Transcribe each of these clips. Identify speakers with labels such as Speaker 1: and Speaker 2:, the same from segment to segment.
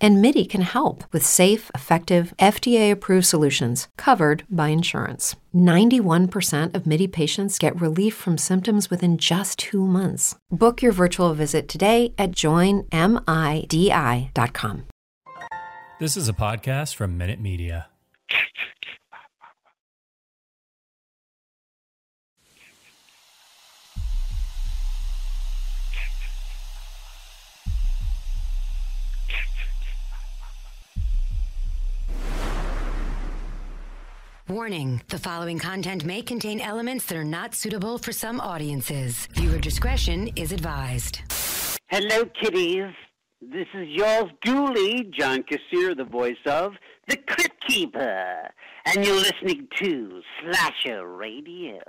Speaker 1: and MIDI can help with safe, effective, FDA approved solutions covered by insurance. 91% of MIDI patients get relief from symptoms within just two months. Book your virtual visit today at joinmidi.com.
Speaker 2: This is a podcast from Minute Media.
Speaker 3: Warning the following content may contain elements that are not suitable for some audiences. Viewer discretion is advised.
Speaker 4: Hello, kitties. This is yours duly, John Kassir, the voice of The Crypt Keeper. And you're listening to Slasher Radio.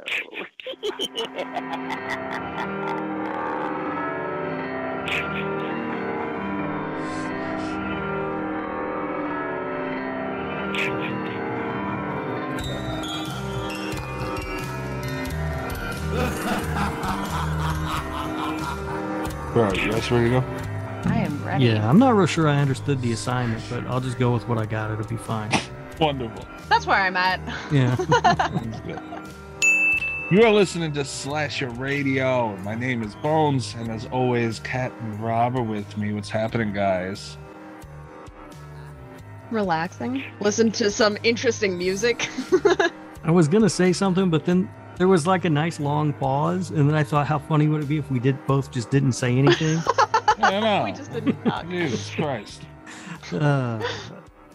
Speaker 5: All right, you guys ready to go?
Speaker 6: I am ready.
Speaker 7: Yeah, I'm not real sure I understood the assignment, but I'll just go with what I got. It'll be fine.
Speaker 5: Wonderful.
Speaker 6: That's where I'm at.
Speaker 7: Yeah.
Speaker 5: Sounds good. You are listening to Slasher Radio. My name is Bones, and as always, Kat and Rob are with me. What's happening, guys?
Speaker 6: Relaxing. Listen to some interesting music.
Speaker 7: I was going to say something, but then there was like a nice long pause. And then I thought, how funny would it be if we did both just didn't say anything?
Speaker 5: I don't know.
Speaker 6: we just didn't talk.
Speaker 5: Jesus Christ.
Speaker 7: uh,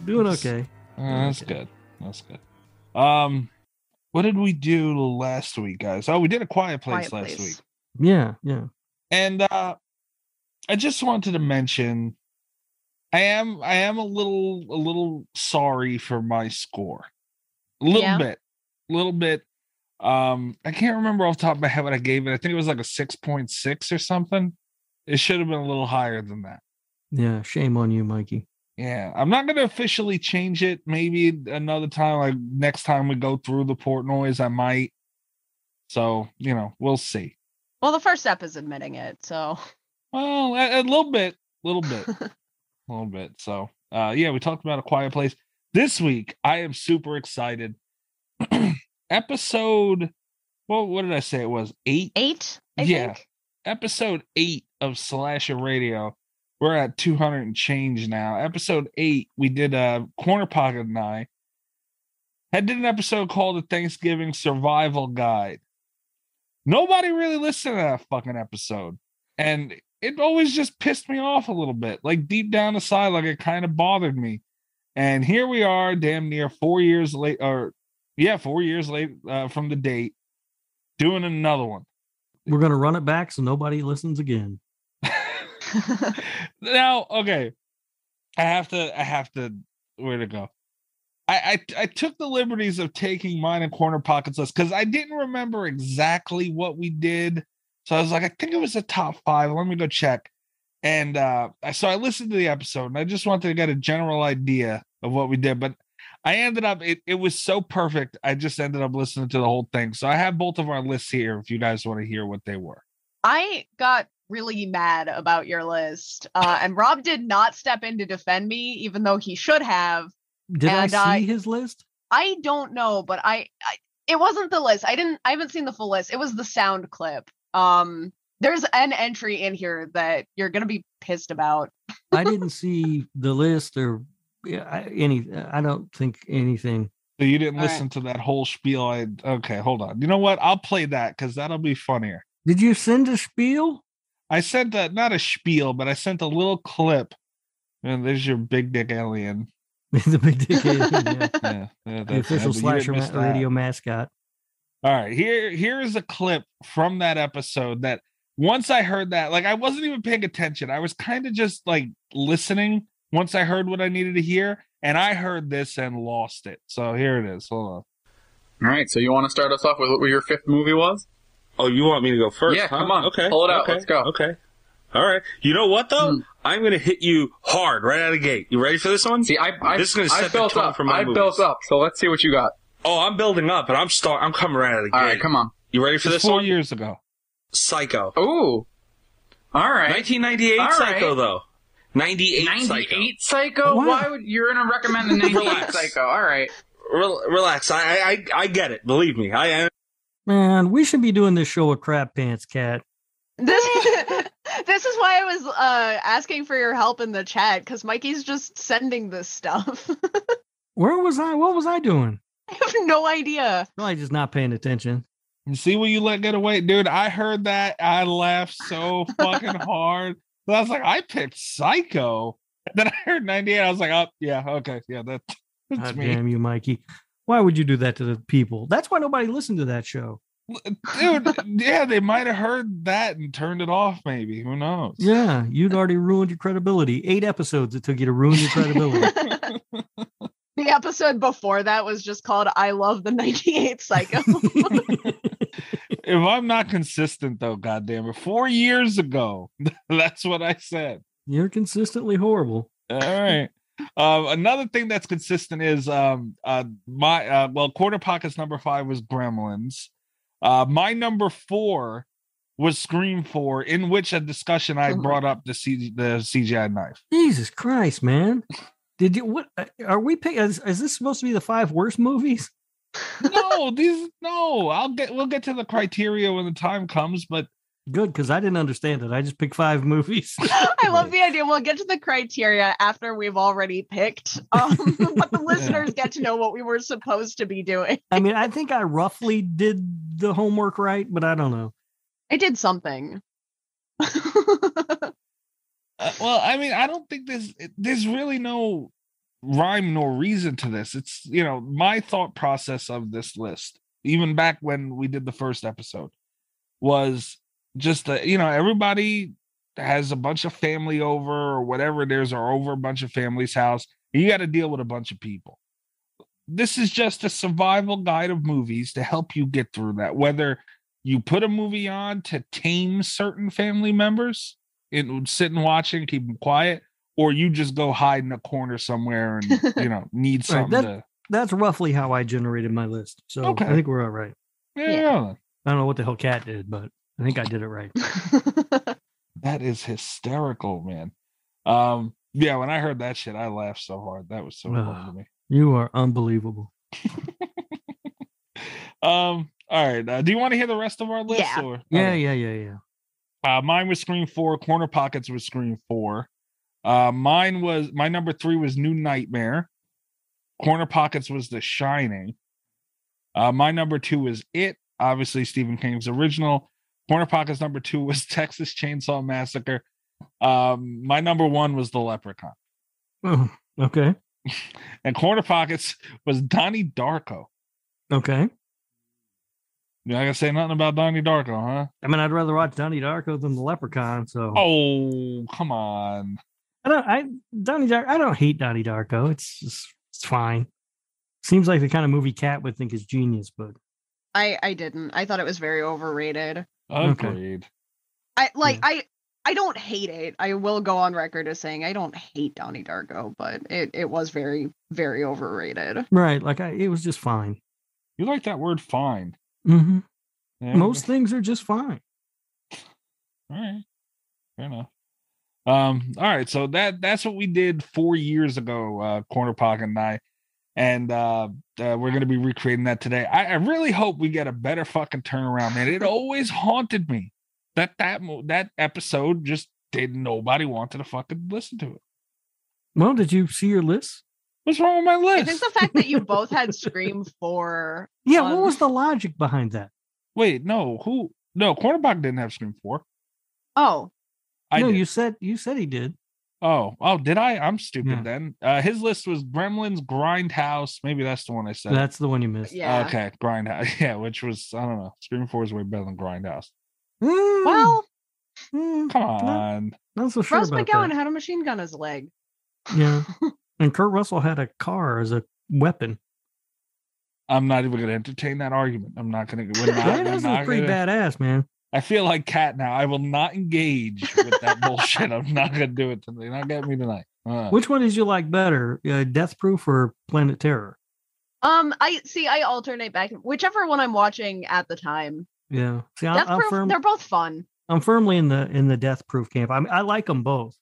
Speaker 7: doing okay.
Speaker 5: Uh, that's good. That's good. Um, what did we do last week, guys? Oh, we did a quiet place
Speaker 6: Quiet
Speaker 5: last
Speaker 6: Place.
Speaker 5: week.
Speaker 7: Yeah, yeah.
Speaker 5: and uh i just wanted to mention i am i am a little a little sorry for my score a little
Speaker 6: Yeah.
Speaker 5: bit a little bit um i can't remember off the top of my head what i gave it i think it was like a 6.6 or something it should have been a little higher than that
Speaker 7: Yeah, shame on you, Mikey.
Speaker 5: yeah i'm not going to officially change it maybe another time like next time we go through the port noise i might so you know we'll see
Speaker 6: Well, the first step is admitting it. So,
Speaker 5: Well, a, a little bit, little bit, a little bit. So, uh, yeah, we talked about a quiet place this week. I am super excited. episode, well, what did I say? It was eight.
Speaker 6: eight, I
Speaker 5: Yeah.
Speaker 6: think.
Speaker 5: Episode eight of Slasher Radio. We're at two hundred and change now. Episode eight, we did a corner pocket and I. I did an episode called the Thanksgiving Survival Guide. Nobody really listened to that fucking episode. And it always just pissed me off a little bit. Like deep down inside, like it kind of bothered me. And here we are, damn near four years late, or yeah, four years late uh, from the date, doing another one.
Speaker 7: We're going to run it back so nobody listens again.
Speaker 5: now, okay. I have to I have to where to go. I I, I took the liberties of taking mine and corner pockets list because I didn't remember exactly what we did. So I was like, I think it was the top five. Let me go check. And uh I so I listened to the episode and I just wanted to get a general idea of what we did, but I ended up it, it was so perfect. I just ended up listening to the whole thing. So I have both of our lists here if you guys want to hear what they were.
Speaker 6: I got really mad about your list. Uh, and Rob did not step in to defend me, even though he should have.
Speaker 7: Did I
Speaker 6: And
Speaker 7: see
Speaker 6: I-
Speaker 7: his list?
Speaker 6: I don't know, but I, I it wasn't the list. I didn't I haven't seen the full list. It was the sound clip. Um there's an entry in here that you're going to be pissed about.
Speaker 7: I didn't see the list or yeah, I- any. I don't think anything.
Speaker 5: So you didn't
Speaker 6: All right.
Speaker 5: listen to that whole spiel. I okay, hold on. You know what? I'll play that because that'll be funnier.
Speaker 7: Did you send a spiel?
Speaker 5: I sent a not a spiel, but I sent a little clip. And there's your big dick alien.
Speaker 7: the big dick. alien, yeah.
Speaker 5: Yeah, yeah,
Speaker 7: The
Speaker 5: that's- yeah,
Speaker 7: official
Speaker 5: but you
Speaker 7: slasher
Speaker 5: didn't miss
Speaker 7: ma-
Speaker 5: that.
Speaker 7: radio mascot.
Speaker 5: All right, here here is a clip from that episode that once I heard that, like I wasn't even paying attention. I was kind of just like listening once I heard what I needed to hear, and I heard this and lost it. So here it is. Hold on.
Speaker 8: All right, so you want to start us off with what your fifth movie was?
Speaker 9: Oh, you want me to go first?
Speaker 8: Yeah,
Speaker 9: huh?
Speaker 8: come on.
Speaker 9: Okay.
Speaker 8: Pull it out.
Speaker 9: okay,
Speaker 8: Let's go.
Speaker 9: Okay. All right. You know what though?
Speaker 8: Hmm.
Speaker 9: I'm going to hit you hard right out of the gate. You ready for this one?
Speaker 8: See, I, I,
Speaker 9: This is gonna
Speaker 8: I
Speaker 9: set the
Speaker 8: built
Speaker 9: tone
Speaker 8: up.
Speaker 9: for my
Speaker 8: I
Speaker 9: movies.
Speaker 8: built up. So let's see what you got.
Speaker 9: oh, I'm building up, and I'm start. I'm coming right out of the
Speaker 8: All
Speaker 9: gate.
Speaker 8: right, come on.
Speaker 9: You ready for
Speaker 5: It's
Speaker 9: this
Speaker 5: four
Speaker 9: one?
Speaker 5: years ago.
Speaker 9: Psycho.
Speaker 8: Ooh. All right.
Speaker 9: 1998
Speaker 8: All right.
Speaker 9: Psycho though. 98, Psycho.
Speaker 8: 98 Psycho?
Speaker 7: Why?
Speaker 8: Why would you're gonna recommend the 98
Speaker 9: Relax.
Speaker 8: Psycho? All right.
Speaker 9: Rel- relax. I, I I- I get it. Believe me. I, I
Speaker 7: Man, we should be doing this show with crap pants, cat.
Speaker 6: This this is why I was uh asking for your help in the chat because Mikey's just sending this stuff.
Speaker 7: Where was I? What was I doing?
Speaker 6: I have no idea.
Speaker 7: Probably just not paying attention.
Speaker 5: You see what you let get away, dude. I heard that. I laughed so fucking hard. But I was like, I picked Psycho. And then I heard 98. I was like, oh yeah, okay, yeah, that, that's
Speaker 7: God
Speaker 5: me.
Speaker 7: damn you, Mikey. Why would you do that to the people? That's why nobody listened to that show.
Speaker 5: dude yeah they might have heard that and turned it off maybe who knows
Speaker 7: Yeah, you'd already ruined your credibility. Eight episodes it took you to ruin your credibility.
Speaker 6: the episode before that was just called "I Love the '98 Psycho."
Speaker 5: if i'm not consistent though goddamn it four years ago that's what i said
Speaker 7: You're consistently horrible.
Speaker 5: all right um another thing that's consistent is um uh my uh well quarter pockets number five was gremlins uh my number four was scream four in which a discussion i
Speaker 6: Mhm.
Speaker 5: brought up the C- the cgi knife
Speaker 7: Jesus Christ, man. Did you what uh, are we picking? Is, is this supposed to be the five worst movies?
Speaker 5: no these no i'll get we'll get to the criteria when the time comes but
Speaker 7: Good, because I didn't understand it. I just picked five movies.
Speaker 6: I love the idea. We'll get to the criteria after we've already picked, um, but the listeners get to know what we were supposed to be doing.
Speaker 7: I mean, I think I roughly did the homework right, but I don't know.
Speaker 6: I did something.
Speaker 5: Uh, well, I mean, I don't think there's there's really no rhyme nor reason to this. It's you know my thought process of this list, even back when we did the first episode, was just that you know everybody has a bunch of family over or whatever it is, or over a bunch of family's house. You got to deal with a bunch of people. This is just a survival guide of movies to help you get through that. Whether you put a movie on to tame certain family members and sit and watch it, keep them quiet, or you just go hide in a corner somewhere and you know need
Speaker 7: Right,
Speaker 5: something to.
Speaker 7: That's roughly how I generated my list. So
Speaker 5: Okay.
Speaker 7: I think we're all right.
Speaker 5: Yeah,
Speaker 7: I don't know what the hell Cat did, but I think I did it right.
Speaker 5: that is hysterical, man. Um, yeah, when I heard that shit, I laughed so hard. That was so funny to me.
Speaker 7: You are unbelievable.
Speaker 5: Um, all right. Uh, do you want to hear the rest of our list?
Speaker 6: Yeah.
Speaker 5: Or?
Speaker 7: Yeah,
Speaker 5: Okay.
Speaker 7: yeah, yeah, yeah.
Speaker 5: Uh, mine was Scream Four. Corner Pockets was Scream Four. Uh, mine was my number three was New Nightmare. Corner Pockets was The Shining. Uh, my number two is It, obviously Stephen King's original. Corner Pockets number two was Texas Chainsaw Massacre. Um, my number one was The Leprechaun,
Speaker 7: Oh, okay.
Speaker 5: and Corner Pockets was Donnie Darko.
Speaker 7: Okay.
Speaker 5: You're not gonna say nothing about Donnie Darko, huh?
Speaker 7: I mean, I'd rather watch Donnie Darko than the Leprechaun. So
Speaker 5: Oh, come on.
Speaker 7: I don't. I Donnie Darko. I don't hate Donnie Darko. It's just, it's fine. Seems like the kind of movie Cat would think is genius, but
Speaker 6: I I didn't. I thought it was very overrated.
Speaker 7: Okay.
Speaker 5: Agreed.
Speaker 6: I like
Speaker 7: Yeah.
Speaker 6: I I don't hate it. I will go on record as saying I don't hate Donnie Darko, but it it was very very overrated.
Speaker 7: right. Like I, it was just fine.
Speaker 5: You like that word fine.
Speaker 7: hmm
Speaker 5: Yeah,
Speaker 7: Most things are just fine.
Speaker 5: All right. Fair enough. Um, all right, so that that's what we did four years ago, uh, Corner Pocket and I. And uh, uh we're gonna be recreating that today. I, I really hope we get a better fucking turnaround, man. It always haunted me that that mo- that episode just did nobody wanted to fucking listen to it.
Speaker 7: Well, did you see your list?
Speaker 5: What's wrong with my
Speaker 6: I
Speaker 5: list?
Speaker 6: think the fact that you both had Scream Four.
Speaker 7: Yeah.
Speaker 6: Um,
Speaker 7: what was the logic behind that?
Speaker 5: Wait, no, who no Corner Pocket didn't have Scream 4.
Speaker 6: Oh,
Speaker 5: I
Speaker 7: no,
Speaker 5: did.
Speaker 7: you said you said he did.
Speaker 5: oh, oh, did I? I'm stupid
Speaker 7: Yeah.
Speaker 5: then. Uh his list was Gremlins, Grindhouse. Maybe that's the one I said.
Speaker 7: That's the one you missed.
Speaker 6: yeah.
Speaker 5: Okay, Grindhouse. Yeah, which was I don't know. Scream Four is way better than Grindhouse.
Speaker 7: Mm,
Speaker 6: Well,
Speaker 7: mm,
Speaker 5: Come on.
Speaker 7: not so sure
Speaker 6: Rose
Speaker 7: about
Speaker 6: McGowan
Speaker 7: that.
Speaker 6: had a machine gun as a leg.
Speaker 7: Yeah. And Kurt Russell had a car as a weapon.
Speaker 5: I'm not even gonna entertain that argument. I'm not gonna. We're not,
Speaker 7: Yeah,
Speaker 5: we're
Speaker 7: that was
Speaker 5: not
Speaker 7: pretty
Speaker 5: gonna-
Speaker 7: badass, man.
Speaker 5: I feel like Cat now. I will not engage with that bullshit. I'm not gonna do it tonight. Not get me tonight. Uh,
Speaker 7: Which one did you like better, uh, Death Proof or Planet Terror?
Speaker 6: Um, I see. I alternate back whichever one I'm watching at the time.
Speaker 7: Yeah, see, I'm,
Speaker 6: Death
Speaker 7: I'm,
Speaker 6: Proof.
Speaker 7: firm,
Speaker 6: They're both fun.
Speaker 7: I'm firmly in the in the Death Proof camp. I, mean, I like them both.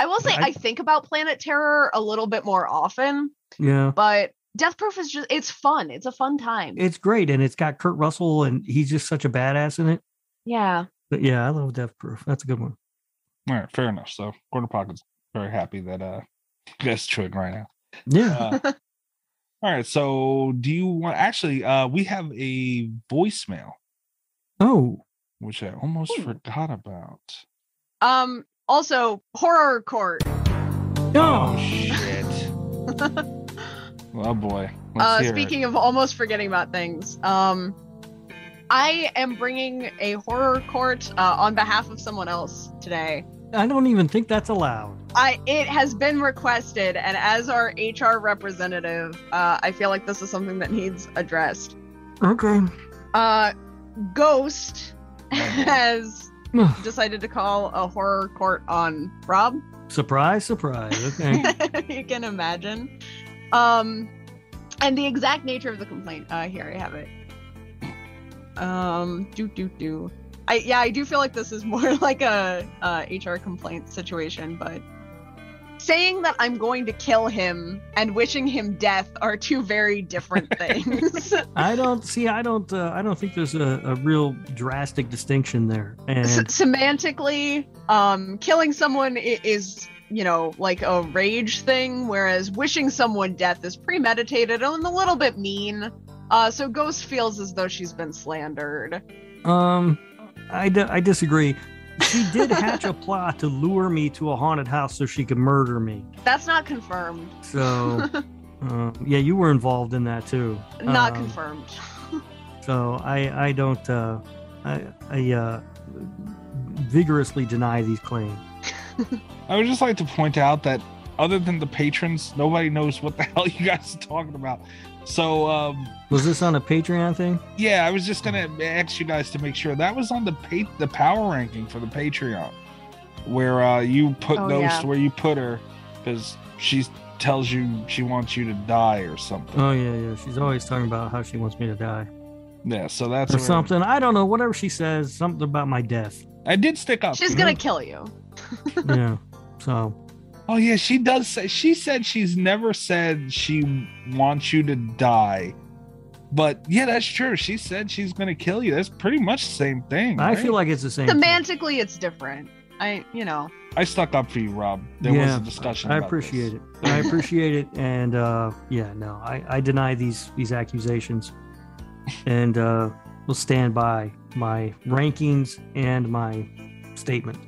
Speaker 6: I will say
Speaker 7: I-
Speaker 6: I think about Planet Terror a little bit more often,
Speaker 7: Yeah,
Speaker 6: but Death Proof is just it's fun. It's a fun time.
Speaker 7: it's great, and it's got Kurt Russell, and he's just such a badass in it.
Speaker 6: yeah.
Speaker 7: But yeah, I love Death Proof. That's a good one.
Speaker 5: all right, fair enough. So Corner Pocket's very happy that uh you guys chewing right now.
Speaker 7: Yeah,
Speaker 5: Uh, all right, so do you want actually uh we have a voicemail
Speaker 7: Oh,
Speaker 5: which I almost
Speaker 6: Ooh.
Speaker 5: forgot about.
Speaker 6: Um. Also, Horror Court.
Speaker 5: Oh, shit. oh boy. Let's
Speaker 6: Uh,
Speaker 5: hear it.
Speaker 6: speaking of almost forgetting about things, um, I am bringing a horror court uh, on behalf of someone else today.
Speaker 7: I don't even think that's allowed.
Speaker 6: I it has been requested, and as our HR representative, uh, I feel like this is something that needs addressed.
Speaker 7: Okay.
Speaker 6: Uh, Ghost
Speaker 5: Okay.
Speaker 6: has decided to call a horror court on Rob.
Speaker 7: surprise, surprise. Okay.
Speaker 6: you can imagine. Um, and the exact nature of the complaint. Uh, here I have it. Um, do do do. I yeah, I do feel like this is more like a uh, HR complaint situation, but saying that I'm going to kill him and wishing him death are two very different things.
Speaker 7: I don't see. I don't. Uh, I don't think there's a, a real drastic distinction there.
Speaker 6: S-
Speaker 7: And
Speaker 6: semantically, um, killing someone i- is, you know, like a rage thing, whereas wishing someone death is premeditated and a little bit mean. Uh, so Ghost feels as though she's been slandered.
Speaker 7: um, I di- I disagree. She did hatch a plot to lure me to a haunted house so she could murder me.
Speaker 6: That's not confirmed.
Speaker 7: So, uh, yeah, you were involved in that too.
Speaker 6: Not
Speaker 7: Um,
Speaker 6: confirmed.
Speaker 7: So I I don't. Uh, I I uh, vigorously deny these claims.
Speaker 5: I would just like to point out that other than the patrons, nobody knows what the hell you guys are talking about. So um
Speaker 7: Was this on a Patreon thing?
Speaker 5: yeah, I was just gonna ask you guys to make sure that was on the pa- the power ranking for the Patreon, where uh you put
Speaker 6: Oh,
Speaker 5: those
Speaker 6: yeah.
Speaker 5: where you put her because she tells you she wants you to die or something.
Speaker 7: Oh yeah, yeah. She's always talking about how she wants me to die
Speaker 5: yeah, so that's
Speaker 7: or
Speaker 5: where-
Speaker 7: something. I don't know. Whatever she says, something about my death.
Speaker 5: I did stick
Speaker 7: uh,
Speaker 5: up.
Speaker 6: She's
Speaker 7: mm-hmm.
Speaker 6: gonna kill you.
Speaker 7: yeah. So
Speaker 5: Oh yeah, she does say she said she's never said she wants you to die. But yeah, that's true. She said she's gonna kill you. That's pretty much the same thing.
Speaker 7: I
Speaker 5: right?
Speaker 7: feel like it's the same. thing.
Speaker 6: Semantically, it's different. I, you know,
Speaker 5: I stuck up for you, Rob. There was
Speaker 7: Yeah,
Speaker 5: a discussion.
Speaker 7: I
Speaker 5: about
Speaker 7: appreciate
Speaker 5: this.
Speaker 7: it. I appreciate it. And uh, yeah, no, I, I deny these these accusations, and uh, will stand by my rankings and my statement.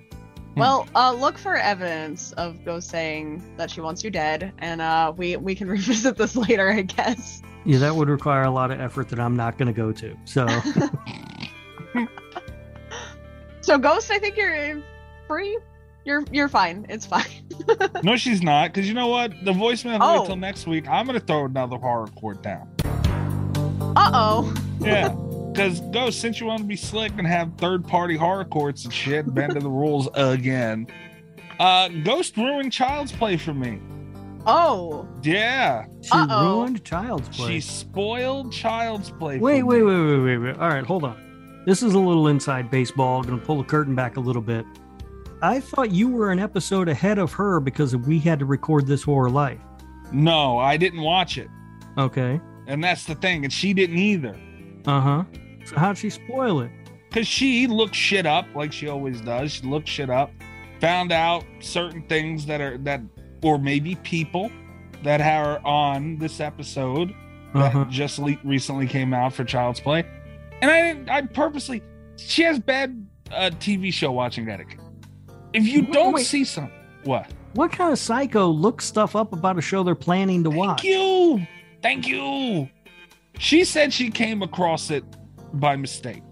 Speaker 7: Hmm.
Speaker 6: well, uh, look for evidence of Ghost saying that she wants you dead, and uh, we we can revisit this later, I guess.
Speaker 7: Yeah, that would require a lot of effort that I'm not going to go to. So
Speaker 6: So Ghost, I think you're free. You're you're fine. It's fine.
Speaker 5: No, she's not, because you know what? The voicemail
Speaker 6: Oh.
Speaker 5: until next week. I'm gonna throw another horror court down.
Speaker 6: Uh oh.
Speaker 5: Yeah. Because go since you want to be slick and have third party horror courts and shit, bend to the rules again. Uh, Ghost ruined Child's Play for me.
Speaker 6: Oh.
Speaker 5: Yeah.
Speaker 7: she
Speaker 6: Uh-oh.
Speaker 7: ruined child's play.
Speaker 5: She spoiled Child's Play. for
Speaker 7: Wait,
Speaker 5: me.
Speaker 7: wait, wait, wait, wait, wait. All right, hold on. This is a little inside baseball. Going to pull the curtain back a little bit. I thought you were an episode ahead of her because we had to record this horror life.
Speaker 5: No, I didn't watch it,
Speaker 7: Okay.
Speaker 5: and that's the thing. And she didn't either,
Speaker 7: Uh huh. So how'd she spoil it?
Speaker 5: because she looked shit up like she always does. She looked shit up, found out certain things that are that, or maybe people that are on this episode that
Speaker 7: Uh-huh.
Speaker 5: just le- recently came out for Child's Play, and I didn't. I purposely. She has bad uh, TV show watching etiquette. If you
Speaker 7: Wait,
Speaker 5: don't
Speaker 7: wait.
Speaker 5: see something, what?
Speaker 7: What kind of psycho looks stuff up about a show they're planning to watch?
Speaker 5: Thank you. Thank you. She said she came across it by mistake.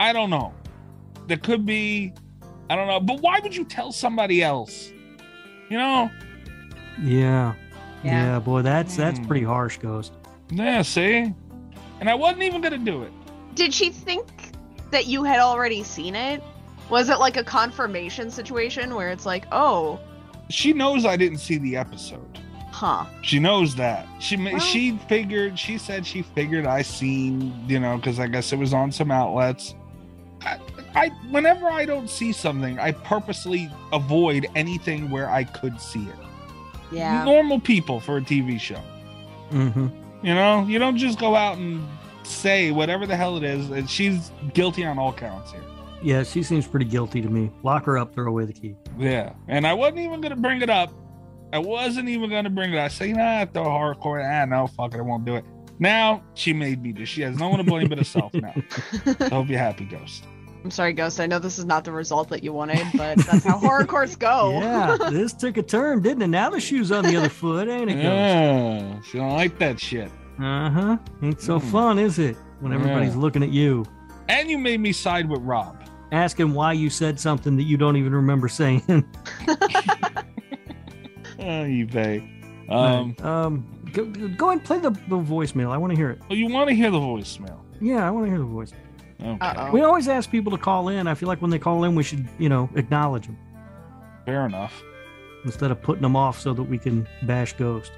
Speaker 5: I don't know. There could be, I don't know. But why would you tell somebody else? You know?
Speaker 7: Yeah. yeah.
Speaker 6: Yeah.
Speaker 7: boy, that's that's
Speaker 5: Hmm.
Speaker 7: pretty harsh, Ghost.
Speaker 5: Yeah, see? And I wasn't even going to do it.
Speaker 6: Did she think that you had already seen it? Was it like a confirmation situation where it's like, oh,
Speaker 5: She knows I didn't see the episode.
Speaker 6: huh?
Speaker 5: She knows that. She ma-
Speaker 6: Well-
Speaker 5: she figured. She said she figured I seen you know because I guess it was on some outlets. I, I whenever I don't see something, I purposely avoid anything where I could see it. Normal people for a TV show.
Speaker 7: Mm-hmm.
Speaker 5: You know, you don't just go out and say whatever the hell it is. And she's guilty on all counts here.
Speaker 7: Yeah, she seems pretty guilty to me. Lock her up, throw away the key.
Speaker 5: Yeah, and I wasn't even gonna bring it up. I wasn't even gonna bring it. up. I say, nah, throw hardcore. Ah, no, fuck it, I won't do it. Now she made me do. She has no one to blame but herself now. I hope you're happy, Ghost.
Speaker 6: I'm sorry, Ghost. I know this is not the result that you wanted, but that's how horror courts
Speaker 5: Oh.
Speaker 6: go.
Speaker 7: Yeah, this took a turn, didn't it? Now the shoe's on the other foot, ain't it?
Speaker 5: Yeah, she don't like that shit.
Speaker 7: Uh huh. Ain't so
Speaker 5: Mm.
Speaker 7: fun, is it? When
Speaker 5: Yeah.
Speaker 7: everybody's looking at you,
Speaker 5: And you made me side with Rob.
Speaker 7: asking why you said something that you don't even remember saying.
Speaker 5: Oh, you pay. Um,
Speaker 7: um, go, go ahead and play the, the voicemail. I want to hear it.
Speaker 5: well, you want to hear the voicemail?
Speaker 7: Yeah, I want to hear the voice.
Speaker 5: Okay,
Speaker 6: Uh
Speaker 7: We
Speaker 6: oh.
Speaker 7: always ask people to call in. I feel like when they call in, we should, you know, acknowledge them
Speaker 5: fair enough.
Speaker 7: instead of putting them off so that we can bash Ghost.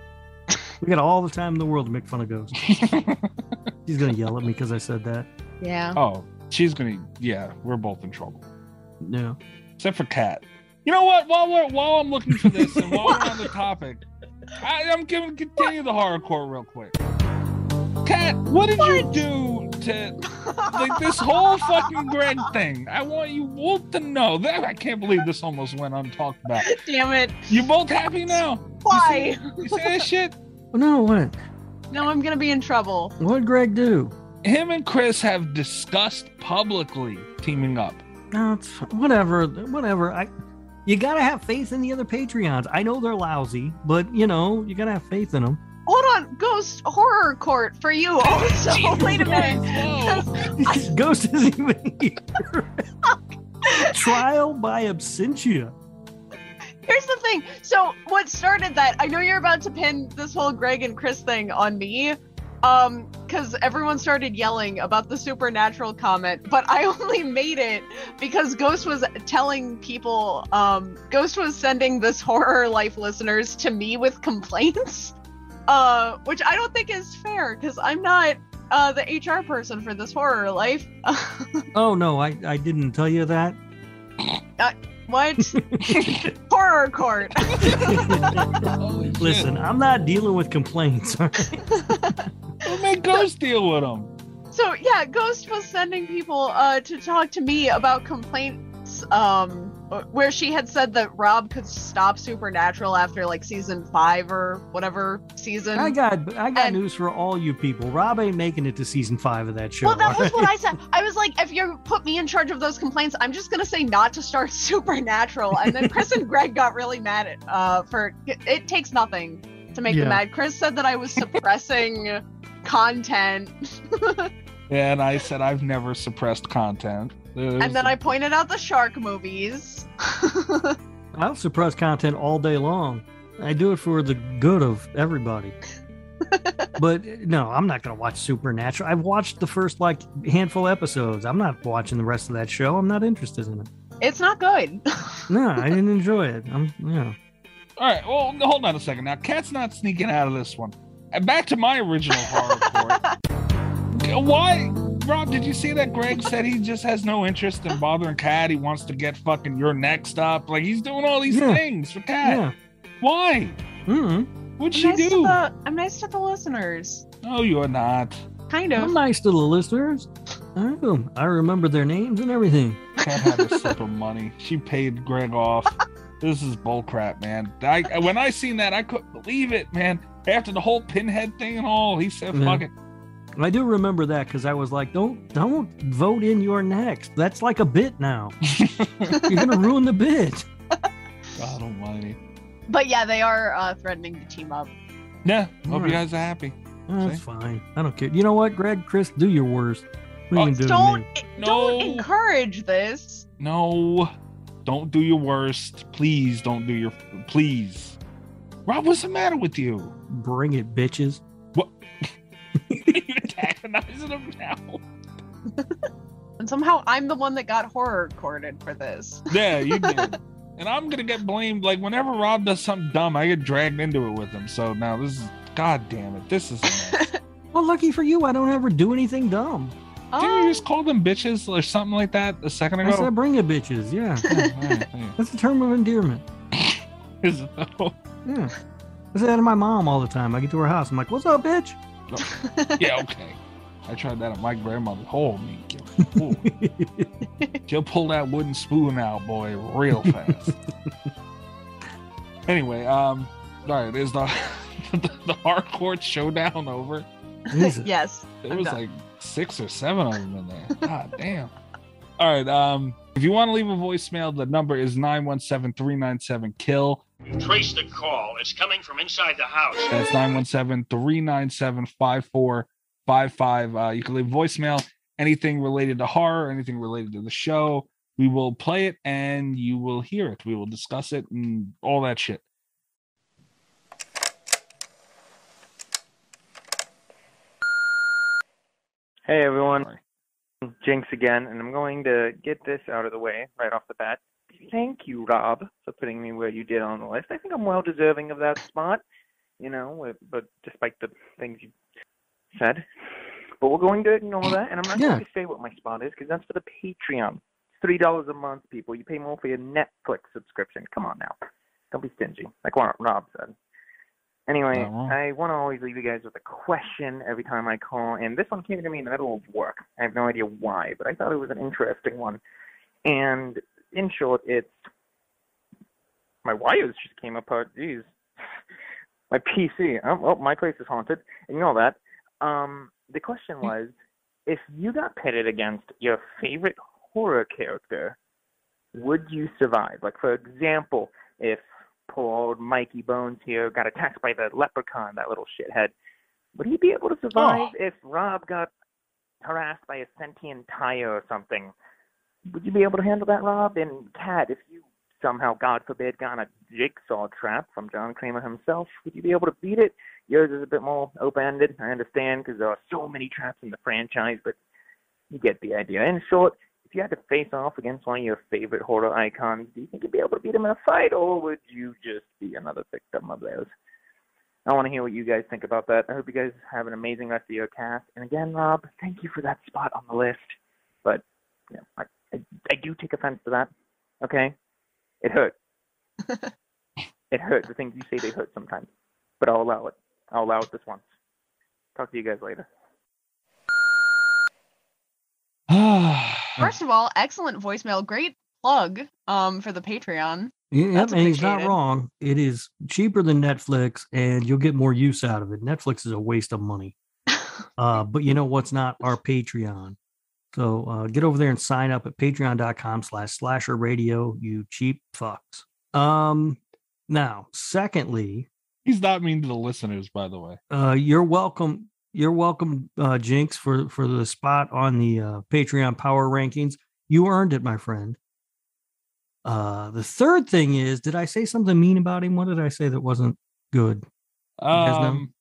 Speaker 7: We got all the time in the world to make fun of Ghost. He's gonna yell at me because I said that.
Speaker 6: Yeah.
Speaker 5: oh, she's gonna. Yeah, we're both in trouble.
Speaker 7: No.
Speaker 5: except for Cat. You know what? While we're, while I'm looking for this and while we're on the topic, I, I'm gonna continue the horrorcore real quick. Cat, what did you do to like this whole fucking Greg thing? I want you both to know that I can't believe this almost went untalked about.
Speaker 6: Damn it.
Speaker 5: You both happy now?
Speaker 6: Why?
Speaker 5: You see that shit?
Speaker 7: No. What?
Speaker 6: No, I'm gonna be in trouble.
Speaker 7: What would Greg do?
Speaker 5: Him and Chris have discussed publicly teaming up.
Speaker 7: No, it's whatever. Whatever. I. You gotta have faith in the other Patreons. I know they're lousy, but you know you gotta have faith in them.
Speaker 6: Hold on, Ghost horror court for you also. Oh, Wait a minute.
Speaker 5: Whoa.
Speaker 7: Ghost isn't even here. Trial by absentia.
Speaker 6: Here's the thing. So what started that? I know you're about to pin this whole Greg and Chris thing on me, um, because everyone started yelling about the supernatural comment, but I only made it because Ghost was telling people, um, Ghost was sending this horror life listeners to me with complaints, uh, which I don't think is fair because I'm not uh, the HR person for this horror life.
Speaker 7: Oh no, I, I didn't tell you that.
Speaker 6: what? horror court.
Speaker 5: Holy shit.
Speaker 7: Listen, I'm not dealing with complaints.
Speaker 5: Who made Ghost deal with him?
Speaker 6: So yeah, Ghost was sending people uh, to talk to me about complaints um, where she had said that Rob could stop Supernatural after like season five or whatever season.
Speaker 7: I got I got
Speaker 6: And-
Speaker 7: news for all you people. Rob ain't making it to season five of that show.
Speaker 6: well, that was
Speaker 7: alright?
Speaker 6: what I said. I was like, if you put me in charge of those complaints, I'm just gonna say not to start Supernatural. And then Chris and Greg got really mad at uh, for it takes nothing to make
Speaker 7: Yeah.
Speaker 6: them mad. Chris said that I was suppressing content,
Speaker 5: And I said, I've never suppressed content.
Speaker 6: and then I pointed out the shark movies.
Speaker 7: I'll suppress content all day long. I do it for the good of everybody. but no, I'm not gonna watch Supernatural. I've watched the first like handful episodes. I'm not watching the rest of that show. I'm not interested in it.
Speaker 6: It's not good.
Speaker 7: No, I didn't enjoy it. I'm yeah.
Speaker 5: All right, well, no, hold on a second. Now, Cat's not sneaking out of this one. And back to my original horror report. Why, Rob, did you see that Greg said he just has no interest in bothering Cat? He wants to get fucking your next up. Like, he's doing all these
Speaker 7: Yeah.
Speaker 5: things for Cat.
Speaker 7: Yeah.
Speaker 5: Why?
Speaker 7: mm
Speaker 5: What'd
Speaker 6: I'm
Speaker 5: she
Speaker 6: nice to
Speaker 5: do?
Speaker 6: the- I'm nice to the listeners.
Speaker 5: No, you're not.
Speaker 6: Kind
Speaker 7: I'm
Speaker 6: of.
Speaker 7: nice to the listeners. I am. I remember their names and everything.
Speaker 5: Cat had a slip of money. She paid Greg off. This is bullcrap, man. I when I seen that, I couldn't believe it, man. After the whole pinhead thing and all, he said,
Speaker 7: Yeah.
Speaker 5: "Fuck it."
Speaker 7: I do remember that because I was like, "Don't, don't vote in your next." That's like a bit now. You're gonna ruin the bit.
Speaker 5: God Almighty.
Speaker 6: But yeah, they are uh, threatening to team up.
Speaker 5: Yeah. Hope you
Speaker 7: Alright.
Speaker 5: guys are happy.
Speaker 7: That's
Speaker 5: See?
Speaker 7: fine. I don't care. You know what, Greg, Chris, do your worst. What
Speaker 5: Oh,
Speaker 7: are you gonna do to
Speaker 6: Don't
Speaker 7: me?
Speaker 5: No.
Speaker 6: don't encourage this.
Speaker 5: No, don't do your worst. Please don't do your. Please. Rob, what's the matter with you?
Speaker 7: Bring it, bitches.
Speaker 5: You're antagonizing him now.
Speaker 6: And somehow I'm the one that got horror recorded for this.
Speaker 5: Yeah, you did. and I'm gonna get blamed. Like whenever Rob does something dumb, I get dragged into it with him. So now this is, god damn it, this is. a mess.
Speaker 7: Well, lucky for you, I don't ever do anything dumb.
Speaker 5: Didn't you
Speaker 6: Um,
Speaker 5: just call them bitches or something like that a second
Speaker 7: Oh. I
Speaker 5: ago?
Speaker 7: said bring it, bitches. Yeah,
Speaker 5: Oh, all right, yeah.
Speaker 7: that's a term of endearment.
Speaker 5: Here's the- oh,
Speaker 7: Yeah. I say that to my mom all the time. I get to her house. I'm like, "What's up, bitch?"
Speaker 5: yeah, okay. I tried that at my grandmother's home. Oh, She'll pull that wooden spoon out, boy, real fast. anyway, um, all right, is the, the the hardcore showdown over?
Speaker 7: Jesus.
Speaker 6: yes.
Speaker 7: Oh.
Speaker 5: There
Speaker 6: I'm
Speaker 5: was
Speaker 6: done.
Speaker 5: like six or seven of them in there. God damn. All right. Um, if you want to leave a voicemail, the number is 917 397 kill.
Speaker 10: Trace the call. It's coming from inside the house.
Speaker 5: That's 917 397 5455. Uh, You can leave voicemail, anything related to horror, anything related to the show. We will play it and you will hear it. We will discuss it and all that shit.
Speaker 11: Hey everyone,
Speaker 5: Sorry.
Speaker 11: Jinx again, and I'm going to get this out of the way right off the bat. Thank you, Rob, for putting me where you did on the list. I think I'm well deserving of that spot, you know, uh, but despite the things you said. But we're going to ignore that, and I'm not
Speaker 7: Yeah.
Speaker 11: going to say what my spot is because that's for the Patreon. It's $3 a month, people. You pay more for your Netflix subscription. Come on now. Don't be stingy, like what Rob said. Anyway,
Speaker 5: Not wrong.
Speaker 11: I want to always leave you guys with a question every time I call, and this one came to me in the middle of work. I have no idea why, but I thought it was an interesting one. And in short, it's my wires just came apart. Jeez, my PC. Oh, oh, my place is haunted. Ignore that. Um, the question was, if you got pitted against your favorite horror character, would you survive? Like, for example, if poor old Mikey Bones here got attacked by the leprechaun, that little shithead, would he be able to survive if Rob got harassed by a sentient tire or something? Would you be able to handle that, Rob? And Kat, if you somehow, God forbid, got a jigsaw trap from John Kramer himself, would you be able to beat it? Yours is a bit more open-ended, I understand, because there are so many traps in the franchise, but you get the idea. In short, if you had to face off against one of your favorite horror icons, do you think you'd be able to beat him in a fight, or would you just be another victim of theirs? I want to hear what you guys think about that. I hope you guys have an amazing rest of your cast. And again, Rob, thank you for that spot on the list. But you know, I, I, I do take offense to that. Okay, it hurt. it hurt. The things you say they hurt sometimes, but I'll allow it. I'll allow it this once. Talk to you guys later.
Speaker 6: First of all, excellent voicemail. Great plug um, for the Patreon.
Speaker 7: Yep,
Speaker 6: That's
Speaker 7: and he's not
Speaker 6: appreciated.
Speaker 7: wrong. It is cheaper than Netflix, and you'll get more use out of it. Netflix is a waste of money. Uh, but you know what's not our Patreon. So uh, get over there and sign up at patreon.com slash slasher radio, you cheap fucks. Um, now, secondly,
Speaker 5: He's not mean to the listeners, by the way.
Speaker 7: uh, you're welcome. You're welcome, uh, Jinx, for, for the spot on the uh, Patreon power rankings. You earned it, my friend. Uh, the third thing is, did I say something mean about him? What did I say that wasn't good? guys know?
Speaker 5: Um,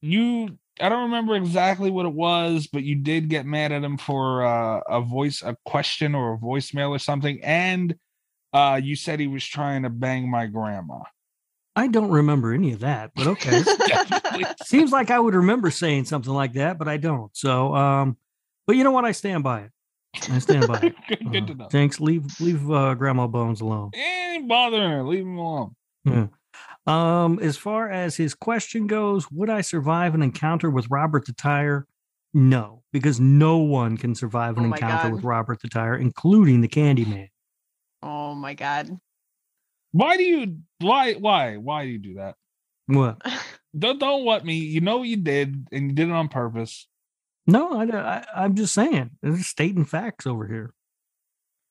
Speaker 5: you, I don't remember exactly what it was, but you did get mad at him for uh, a voice, a question, or a voicemail or something, and uh, you said he was trying to bang my grandma.
Speaker 7: I don't remember any of that, but okay.
Speaker 5: Definitely.
Speaker 7: Seems like I would remember saying something like that, but I don't. So, um, but you know what? I stand by it. I stand by it.
Speaker 5: good, good to
Speaker 7: Uh,
Speaker 5: know.
Speaker 7: Thanks. Leave leave uh, Grandma Bones alone.
Speaker 5: Ain't bothering her. Leave him alone.
Speaker 7: Um, as far as his question goes, would I survive an encounter with Robert the Tire? No, because no one can survive an
Speaker 6: Oh my
Speaker 7: encounter
Speaker 6: God.
Speaker 7: with Robert the Tire, including the Candyman.
Speaker 6: Oh my god.
Speaker 5: Why do you? Why? Why? Why do you do that?
Speaker 7: What?
Speaker 5: Don't don't what me. You know what you did, and you did it on purpose.
Speaker 7: No, I, I, I'm just saying. I'm just stating facts over here.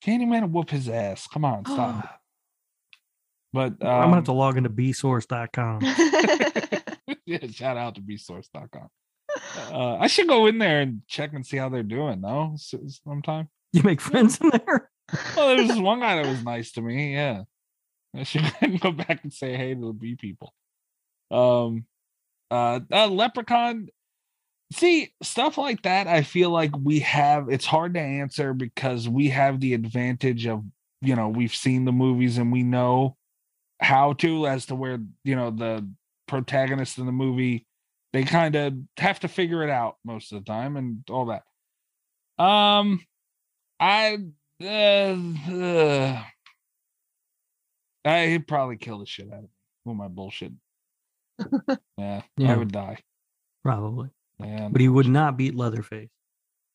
Speaker 5: Candyman will whoop his ass. Come on, stop. it. But um,
Speaker 7: I'm gonna have to log into bsource.com.
Speaker 5: yeah, shout out to bsource.com. Uh, I should go in there and check and see how they're doing, though, s- sometime.
Speaker 7: You make friends in there?
Speaker 5: Well, there was this one guy that was nice to me. Yeah. I should go back and say hey to the bee people. Um, uh, uh, Leprechaun, See, stuff like that, I feel like we have it's hard to answer because we have the advantage of, you know, we've seen the movies and we know how to as to where, you know, the protagonist in the movie they kind of have to figure it out most of the time and all that. Um I uh, uh, I he'd probably kill the shit out of me with my bullshit. yeah,
Speaker 7: Yeah.
Speaker 5: I would die.
Speaker 7: probably.
Speaker 5: Yeah.
Speaker 7: But he would not beat Leatherface.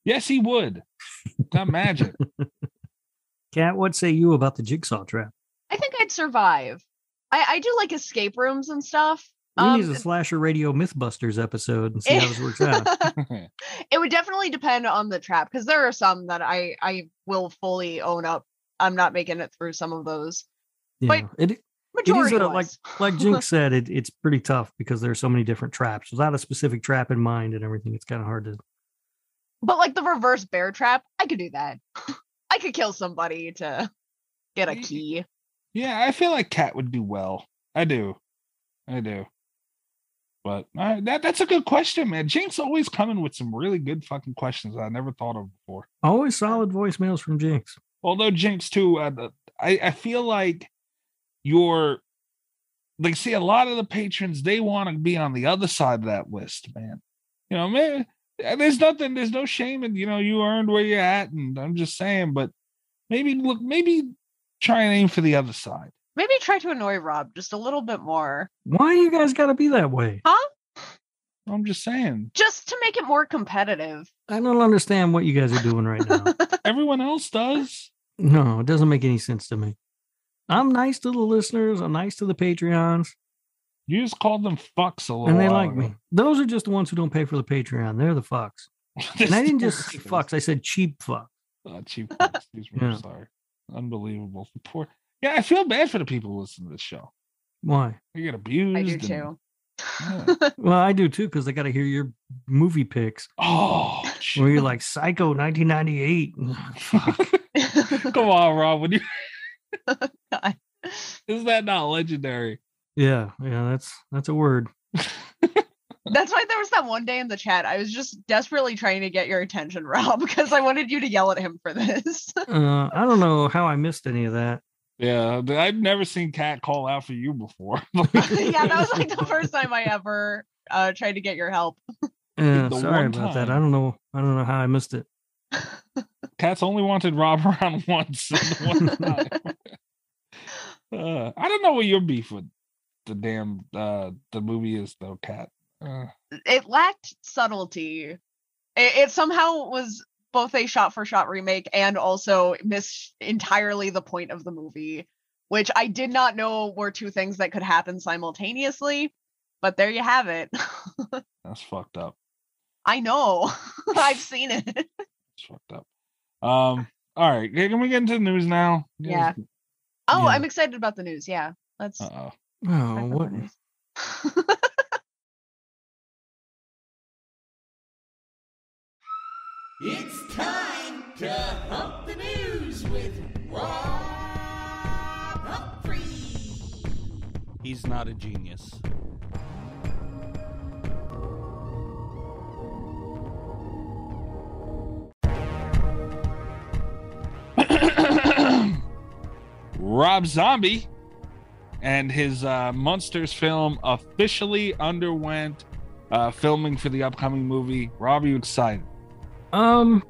Speaker 5: Yes, he would. Not magic.
Speaker 7: Cat, what say you about the jigsaw trap?
Speaker 6: I think I'd survive. I, I do like escape rooms and stuff.
Speaker 7: We
Speaker 6: Um,
Speaker 7: need a slasher radio Mythbusters episode and see how this works out.
Speaker 6: it would definitely depend on the trap because there are some that I I will fully own up. I'm not making it through some of those.
Speaker 7: Yeah,
Speaker 6: But
Speaker 7: it, it is
Speaker 6: Majority
Speaker 7: what it- like like Jinx said. It, it's pretty tough because there are so many different traps. Without a specific trap in mind and everything, it's kind of hard to.
Speaker 6: But like the reverse bear trap, I could do that. I could kill somebody to get a key.
Speaker 5: Yeah, I feel like Cat would do well. I do. I do. But uh, that that's a good question, man. Jinx always coming with some really good fucking questions I never thought of before.
Speaker 7: Always solid voicemails from Jinx.
Speaker 5: Although Jinx too, uh, the- I I feel like you're like see a lot of the patrons they want to be on the other side of that list, man. You know, man. and There's nothing. There's no shame in you know you earned where you're at, and I'm just saying. But maybe look, maybe try and aim for the other side.
Speaker 6: Maybe try to annoy Rob just a little bit more.
Speaker 7: Why you guys got to be that way?
Speaker 6: Huh?
Speaker 5: I'm just saying.
Speaker 6: Just to make it more competitive.
Speaker 7: I don't understand what you guys are doing right now.
Speaker 5: Everyone else does.
Speaker 7: no, it doesn't make any sense to me. I'm nice to the listeners. I'm nice to the Patreons,
Speaker 5: You just called them fucks a little.
Speaker 7: and they
Speaker 5: while
Speaker 7: like
Speaker 5: ago.
Speaker 7: me. Those are just the ones who don't pay for the Patreon. They're the fucks. And I didn't just say fucks. I said cheap fucks.
Speaker 5: Uh, cheap. fucks. Excuse me.
Speaker 7: Yeah.
Speaker 5: I'm sorry. Unbelievable. Poor. Yeah, I feel bad for the people who listen to this show.
Speaker 7: Why?
Speaker 5: They get abused.
Speaker 6: I do
Speaker 5: and-
Speaker 6: too.
Speaker 5: Yeah.
Speaker 7: Well, I do too because I got to hear your movie picks.
Speaker 5: Oh,
Speaker 7: Where you're like Psycho 1998. Ugh, Fuck.
Speaker 5: come on, Rob. Would you? Is that not legendary?
Speaker 7: yeah, yeah, that's that's a word.
Speaker 6: That's why there was that one day in the chat. I was just desperately trying to get your attention, Rob, because I wanted you to yell at him for this.
Speaker 7: Uh, I don't know how I missed any of that.
Speaker 5: Yeah, but I've never seen Cat call out for you before.
Speaker 6: yeah, that was like the first time I ever uh, tried to get your help.
Speaker 7: Uh,
Speaker 5: the
Speaker 7: sorry
Speaker 5: one
Speaker 7: about that. I
Speaker 5: time.
Speaker 7: don't know. I don't know how I missed it.
Speaker 5: Cat's only wanted Rob around once. and the one time. Uh, I don't know what your beef with the damn uh, the movie is though, Cat. Uh,
Speaker 6: It lacked subtlety. It, it somehow was both a shot for shot remake and also missed entirely the point of the movie, which I did not know were two things that could happen simultaneously. But there you have it.
Speaker 5: that's fucked up.
Speaker 6: I know. I've seen it.
Speaker 5: It's fucked up. Um. All right. okay, Can we get into the news now?
Speaker 6: Yeah. Oh,
Speaker 7: Yeah.
Speaker 6: I'm excited about the news. Yeah. Let's
Speaker 5: Uh oh.
Speaker 7: Oh, what?
Speaker 12: It's time to hump the news with Rob Humphrey.
Speaker 9: He's not a genius.
Speaker 5: Rob Zombie and his uh, Monsters film officially underwent uh, filming for the upcoming movie. Rob, you excited?
Speaker 7: Um.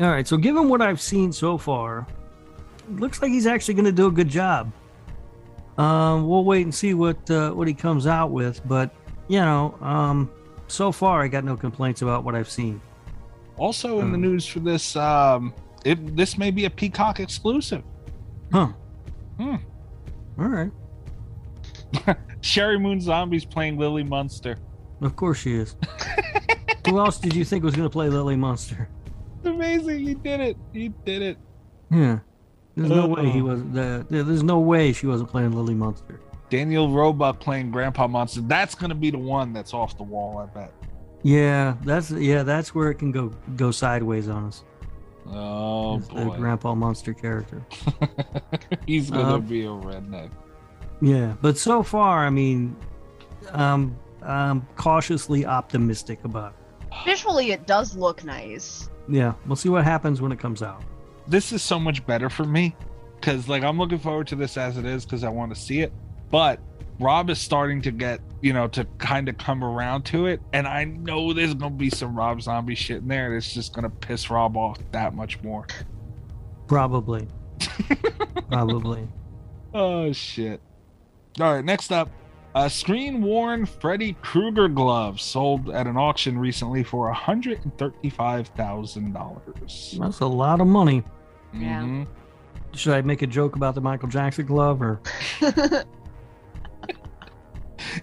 Speaker 7: All right. So, given what I've seen so far, it looks like he's actually going to do a good job. Um, we'll wait and see what uh, what he comes out with, but you know, um, so far I got no complaints about what I've seen.
Speaker 5: Also in the
Speaker 7: Um.
Speaker 5: news for this, um, it, this may be a Peacock exclusive.
Speaker 7: Huh.
Speaker 5: Hmm.
Speaker 7: All right.
Speaker 5: Sherry Moon Zombie's playing Lily Munster.
Speaker 7: Of course she is. Who else did you think was going to play Lily Monster?
Speaker 5: Amazing, he did it. He did it.
Speaker 7: Yeah. There's no way he
Speaker 5: Oh.
Speaker 7: was. The, there- there's no way she wasn't playing Lily Monster.
Speaker 5: Daniel Roebuck playing Grandpa Monster. That's gonna be the one that's off the wall, I bet.
Speaker 7: Yeah, that's yeah, that's where it can go go sideways on us.
Speaker 5: Oh
Speaker 7: is the
Speaker 5: boy,
Speaker 7: Grandpa Monster character.
Speaker 5: he's gonna
Speaker 7: Uh,
Speaker 5: be a redneck.
Speaker 7: Yeah, but so far, I mean, um, I'm cautiously optimistic about. It.
Speaker 6: Visually, it does look nice.
Speaker 7: Yeah, we'll see what happens when it comes out.
Speaker 5: This is so much better for me because, like, I'm looking forward to this as it is because I want to see it. But Rob is starting to get, you know, to kind of come around to it. And I know there's going to be some Rob Zombie shit in there. And it's just going to piss Rob off that much more.
Speaker 7: Probably. Probably.
Speaker 5: Oh, shit. All right, next up a screen worn Freddy Krueger glove sold at an auction recently for $135,000.
Speaker 7: That's a lot of money.
Speaker 6: Yeah.
Speaker 5: Mm-hmm.
Speaker 7: Should I make a joke about the Michael Jackson glove or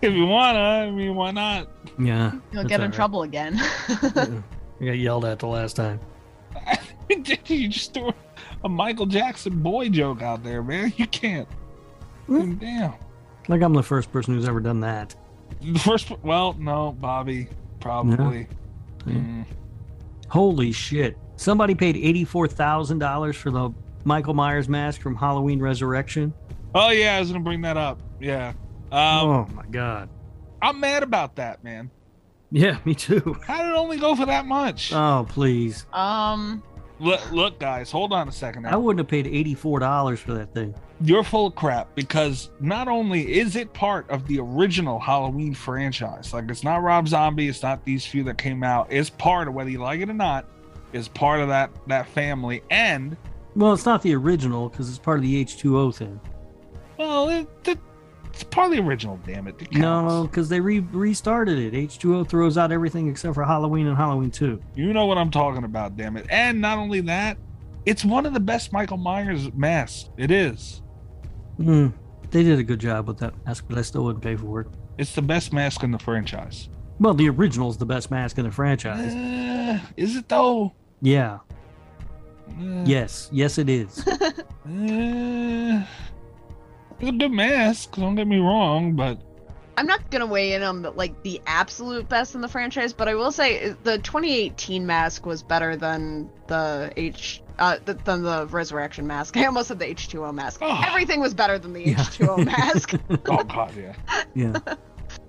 Speaker 5: If you wanna, I mean, why not?
Speaker 7: yeah?
Speaker 6: You'll
Speaker 7: that's
Speaker 6: get in
Speaker 7: all right.
Speaker 6: trouble again.
Speaker 7: I got yelled at the last time.
Speaker 5: you just threw a Michael Jackson boy joke out there, man. You can't.
Speaker 7: Hmm?
Speaker 5: Damn.
Speaker 7: Like I'm the first person who's ever done that.
Speaker 5: The first, well, no, Bobby, probably. Mm.
Speaker 7: Holy shit! Somebody paid eighty-four thousand dollars for the Michael Myers mask from Halloween Resurrection.
Speaker 5: Oh yeah, I was gonna bring that up. Yeah. Um,
Speaker 7: oh my god.
Speaker 5: I'm mad about that, man.
Speaker 7: Yeah, me too.
Speaker 5: How did it only go for that much?
Speaker 7: Oh please!
Speaker 6: um,
Speaker 5: Look, look, guys, hold on a second. now.
Speaker 7: I wouldn't have paid eighty-four dollars for that thing.
Speaker 5: You're full of crap because not only is it part of the original Halloween franchise, like it's not Rob Zombie, it's not these few that came out. It's part of whether you like it or not, is part of that that family. And
Speaker 7: Well, it's not the original because it's part of the H2O thing.
Speaker 5: well, it, it- it's part of the original. Damn it! it
Speaker 7: No, because they re- restarted it. H2O throws out everything except for Halloween and Halloween 2.
Speaker 5: You know what I'm talking about, damn it. And not only that, it's one of the best Michael Myers masks. It is.
Speaker 7: Mm, they did a good job with that mask, but I still wouldn't pay for it.
Speaker 5: It's the best mask in the franchise.
Speaker 7: Well, the original's the best mask in the franchise.
Speaker 5: Uh, is it though?
Speaker 7: Yeah.
Speaker 5: Uh,
Speaker 7: Yes. Yes, it is.
Speaker 5: uh, it's a good mask, don't get me wrong, but
Speaker 6: I'm not gonna weigh in on the, like the absolute best in the franchise, but I will say uh, the 2018 mask was better than the H uh, th- than the Resurrection mask. I almost said the H2O mask.
Speaker 5: Oh.
Speaker 6: Everything was better than the H2O mask.
Speaker 5: oh god, yeah.
Speaker 7: yeah.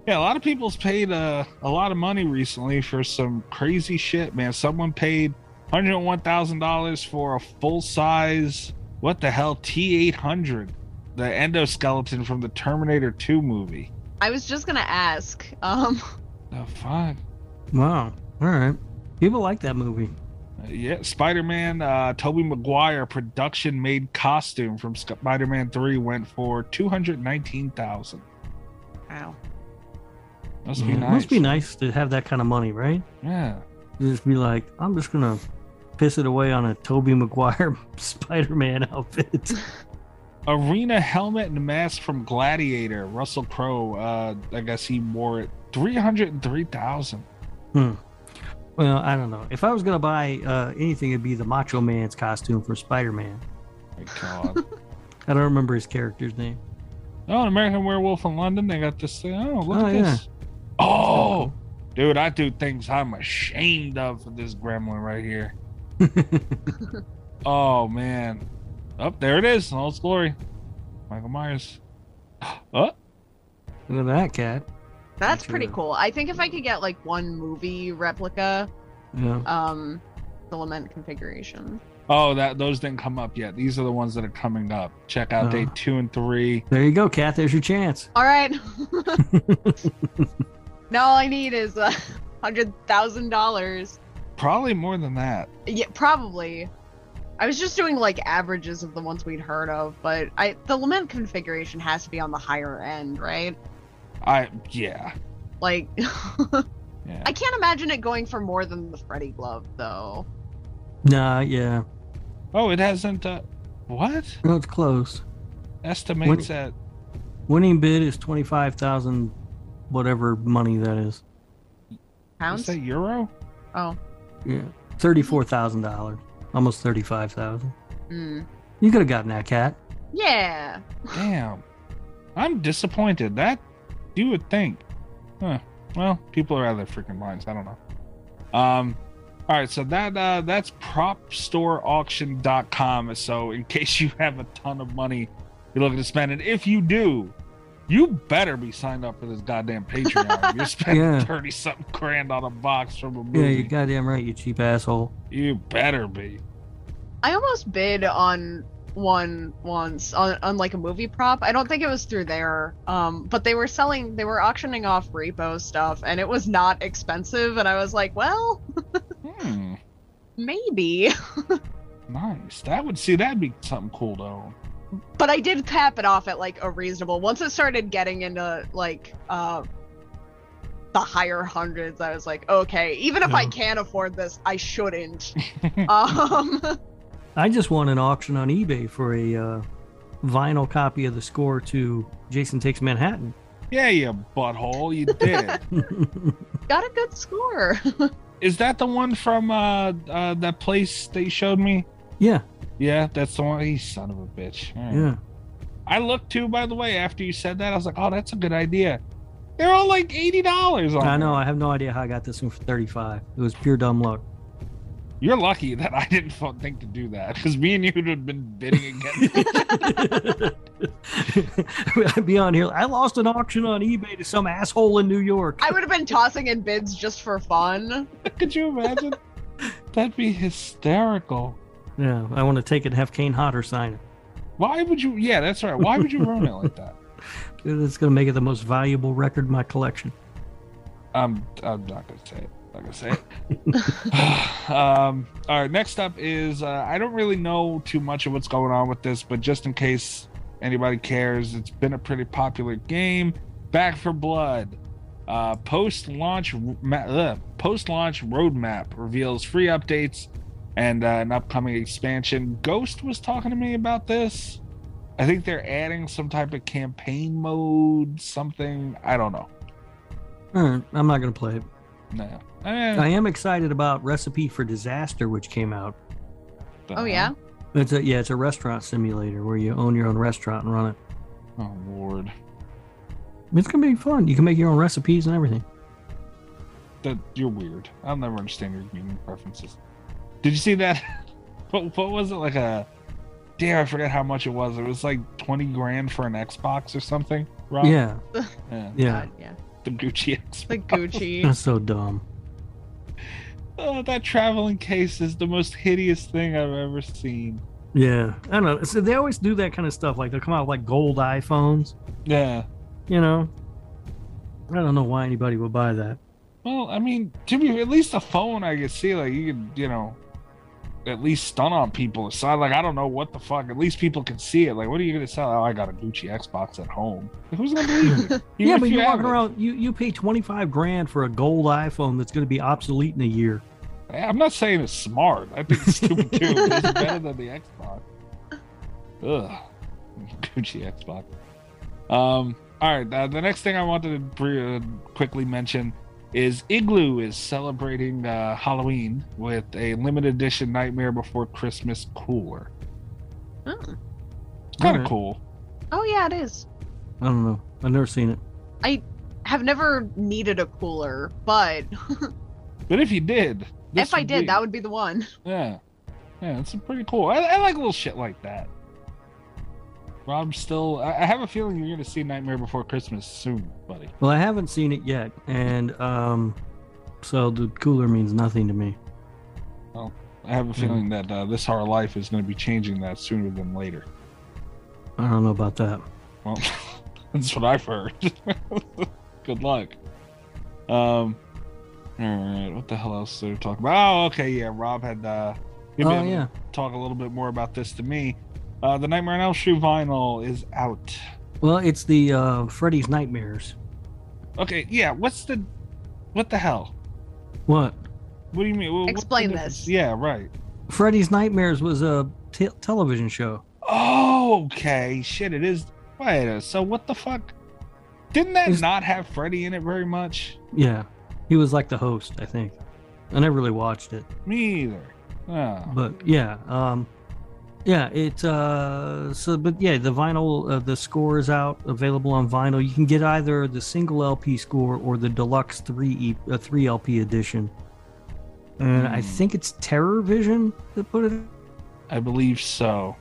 Speaker 5: Yeah, a lot of people's paid uh, a lot of money recently for some crazy shit, man. Someone paid $101,000 for a full size, what the hell, T 800, the endoskeleton from the Terminator 2 movie.
Speaker 6: I was just gonna ask. Um,
Speaker 5: The fuck?
Speaker 7: Wow. All right. People like that movie.
Speaker 5: Uh, Yeah, Spider Man, uh, Tobey Maguire production made costume from Spider Man 3 went for 219000
Speaker 6: wow.
Speaker 5: Must be
Speaker 7: Yeah,
Speaker 5: nice.
Speaker 7: It Mm-hmm. must be nice to have that kind of money, right?
Speaker 5: Yeah.
Speaker 7: To just be like, I'm just going to piss it away on a Toby Maguire Spider Man outfit.
Speaker 5: arena helmet and mask from Gladiator. Russell Crowe. Uh, I guess he wore it. Three hundred and three thousand.
Speaker 7: Hmm. Well, I don't know. If I was gonna buy uh, anything, it'd be the Macho Man's costume for Spider-Man.
Speaker 5: My God.
Speaker 7: I don't remember his character's name.
Speaker 5: oh, an American Werewolf in London. They got this thing. Oh, look
Speaker 7: Oh,
Speaker 5: at
Speaker 7: yeah.
Speaker 5: this. Oh, dude, I do things I'm ashamed of for this gremlin right here. oh man. Up there it is. in All its glory. Michael Myers. Oh,
Speaker 7: Look at that cat.
Speaker 6: That's
Speaker 7: Sure.
Speaker 6: pretty cool. I think if I could get like one movie replica,
Speaker 7: Yeah.
Speaker 6: um, the lament configuration.
Speaker 5: oh, that those didn't come up yet. These are the ones that are coming up. Check out
Speaker 7: Oh.
Speaker 5: day two and three.
Speaker 7: There you go, cat. There's your chance.
Speaker 6: All right. now all I need is a hundred thousand dollars.
Speaker 5: Probably more than that.
Speaker 6: Yeah, probably. I was just doing like averages of the ones we'd heard of, but I the lament configuration has to be on the higher end, right?
Speaker 5: I yeah.
Speaker 6: Like
Speaker 5: Yeah.
Speaker 6: I can't imagine it going for more than the Freddy glove though.
Speaker 7: Nah, yeah.
Speaker 5: oh, it hasn't. Uh, what
Speaker 7: No, it's closed.
Speaker 5: estimates at?
Speaker 7: Winning bid is twenty-five thousand, whatever money that is.
Speaker 5: Is
Speaker 6: Pounds?
Speaker 5: that euro?
Speaker 6: Oh.
Speaker 7: Yeah, thirty-four thousand dollars, almost thirty-five thousand.
Speaker 6: Mm.
Speaker 7: You could have gotten that cat.
Speaker 6: Yeah.
Speaker 5: Damn. I'm disappointed. That you would think. Huh. Well, people are out of their freaking minds. I don't know. Um. All right, so that uh, that's propstoreauction.com. So in case you have a ton of money you're looking to spend, and if you do, You better be signed up for this goddamn Patreon. You're spending
Speaker 7: Yeah.
Speaker 5: thirty something grand on a box from a
Speaker 7: Yeah,
Speaker 5: movie.
Speaker 7: you goddamn right, you cheap asshole.
Speaker 5: you better be.
Speaker 6: I almost bid on one once on, on like a movie prop. I don't think it was through there. Um, but they were selling, they were auctioning off repo stuff, and it was not expensive. And I was like, well,
Speaker 5: Hmm.
Speaker 6: maybe.
Speaker 5: Nice. That would see that'd be something cool to own.
Speaker 6: But I did cap it off at like a reasonable. Once it started getting into like uh, the higher hundreds, I was like, okay, even if I
Speaker 7: Yeah.
Speaker 6: can't afford this, I shouldn't. um,
Speaker 7: I just won an auction on eBay for a uh, vinyl copy of the score to Jason Takes Manhattan.
Speaker 5: Yeah, you butthole, you did.
Speaker 6: got a good score.
Speaker 5: Is that the one from uh, uh that place they showed me?
Speaker 7: Yeah,
Speaker 5: Yeah, that's the one. He son of a bitch. All right.
Speaker 7: yeah.
Speaker 5: I looked too, by the way, after you said that, I was like, oh, that's a good idea. They're all like eighty dollars on.
Speaker 7: I
Speaker 5: there.
Speaker 7: know. I have no idea how I got this one for 35. It was pure dumb luck.
Speaker 5: You're lucky that I didn't fu- think to do that because me and you would have been bidding against. each other.
Speaker 7: I'd be on here. I lost an auction on eBay to some asshole in New York.
Speaker 6: I would have been tossing in bids just for fun.
Speaker 5: Could you imagine? That'd be hysterical.
Speaker 7: Yeah, I want to take it and have Kane Hodder sign it.
Speaker 5: Why would you? Yeah, that's right. Why would you ruin it like that?
Speaker 7: It's going to make it the most valuable record in my collection.
Speaker 5: I'm I'm not gonna say it. I'm not gonna say it. um, all right. Next up is uh, I don't really know too much of what's going on with this, but just in case anybody cares, it's been a pretty popular game. Back for Blood. Uh, post-launch ma- ugh, post-launch roadmap reveals free updates and uh, an upcoming expansion. Ghost was talking to me about this. I think they're adding some type of campaign mode, something. I don't know.
Speaker 7: All right, I'm not going to play it.
Speaker 5: No. Eh,
Speaker 7: I am excited about Recipe for Disaster, which came out.
Speaker 5: Uh-huh.
Speaker 6: Oh yeah.
Speaker 7: It's a yeah, it's a restaurant simulator where you own your own restaurant and run it.
Speaker 5: Oh lord.
Speaker 7: It's gonna be fun. You can make your own recipes and everything.
Speaker 5: That you're weird. I'll never understand your gaming preferences. Did you see that? what, what was it like a? Damn, I forget how much it was. It was like twenty grand for an Xbox or something. Rob?
Speaker 7: Yeah,
Speaker 5: yeah,
Speaker 7: yeah.
Speaker 6: yeah.
Speaker 5: The Gucci Xbox.
Speaker 6: The Gucci.
Speaker 7: That's so dumb.
Speaker 5: Oh, that traveling case is the most hideous thing I've ever seen.
Speaker 7: Yeah, I don't know. So they always do that kind of stuff. Like they'll come out with like gold iPhones.
Speaker 5: Yeah.
Speaker 7: You know, I don't know why anybody would buy that.
Speaker 5: Well, I mean, to be at least a phone, I could see like you could, you know, at least stun on people. So like, I don't know what the fuck. At least people can see it. Like, what are you gonna sell? Oh, I got a Gucci Xbox at home. Who's gonna believe you? Even
Speaker 7: yeah,
Speaker 5: if
Speaker 7: but
Speaker 5: you
Speaker 7: you're
Speaker 5: have
Speaker 7: walking
Speaker 5: it.
Speaker 7: around. You you pay twenty five grand for a gold iPhone that's gonna be obsolete in a year.
Speaker 5: Eh, I'm not saying it's smart. I think it's stupid too. but it's better than the Xbox. Ugh, Gucci Xbox. Um. All right. Uh, the next thing I wanted to br- uh, quickly mention is Igloo is celebrating uh, Halloween with a limited edition Nightmare Before Christmas cooler.
Speaker 6: Oh.
Speaker 5: Kind of
Speaker 7: Alright.
Speaker 5: cool.
Speaker 6: oh yeah, it is.
Speaker 7: I don't know. I've never seen it.
Speaker 6: I have never needed a cooler, but
Speaker 5: But if you did, this
Speaker 6: if I did,
Speaker 5: be-
Speaker 6: that would be the one.
Speaker 5: yeah, yeah, it's pretty cool. I, I like little shit like that. Rob's still. I, I have a feeling you're going to see Nightmare Before Christmas soon, buddy.
Speaker 7: Well, I haven't seen it yet, and um, so the cooler means nothing to me.
Speaker 5: I have a
Speaker 7: Hmm.
Speaker 5: feeling that uh, this our life is going to be changing that sooner than later.
Speaker 7: I don't know about that.
Speaker 5: Well, that's what I've heard. Good luck. Um, all right, what the hell else did we talk about? Oh, okay, yeah, Rob had uh, he'd be
Speaker 7: Oh,
Speaker 5: able to
Speaker 7: yeah.
Speaker 5: talk a little bit more about this to me. Uh, the Nightmare on Elm Street vinyl is out.
Speaker 7: Well, it's the uh, Freddy's Nightmares.
Speaker 5: Okay, yeah, what's the what the hell?
Speaker 7: What?
Speaker 5: What do you mean? Well, what's the
Speaker 6: Explain
Speaker 5: difference?
Speaker 6: this.
Speaker 5: Yeah, right.
Speaker 7: Freddy's Nightmares was a t- television show.
Speaker 5: Oh, okay, shit, it is. Wait, uh, so what the fuck? Didn't that
Speaker 7: It's-
Speaker 5: not have Freddy in it very much?
Speaker 7: Yeah, he was like the host, I think. I never really watched it,
Speaker 5: Me either. Oh.
Speaker 7: but yeah, um, yeah, it. Uh, so, but yeah, the vinyl, uh, the score is out, available on vinyl. You can get either the single LP score or the deluxe three e- uh, three LP edition. And
Speaker 5: Hmm.
Speaker 7: I think it's Terror Vision that put it.
Speaker 5: I believe so.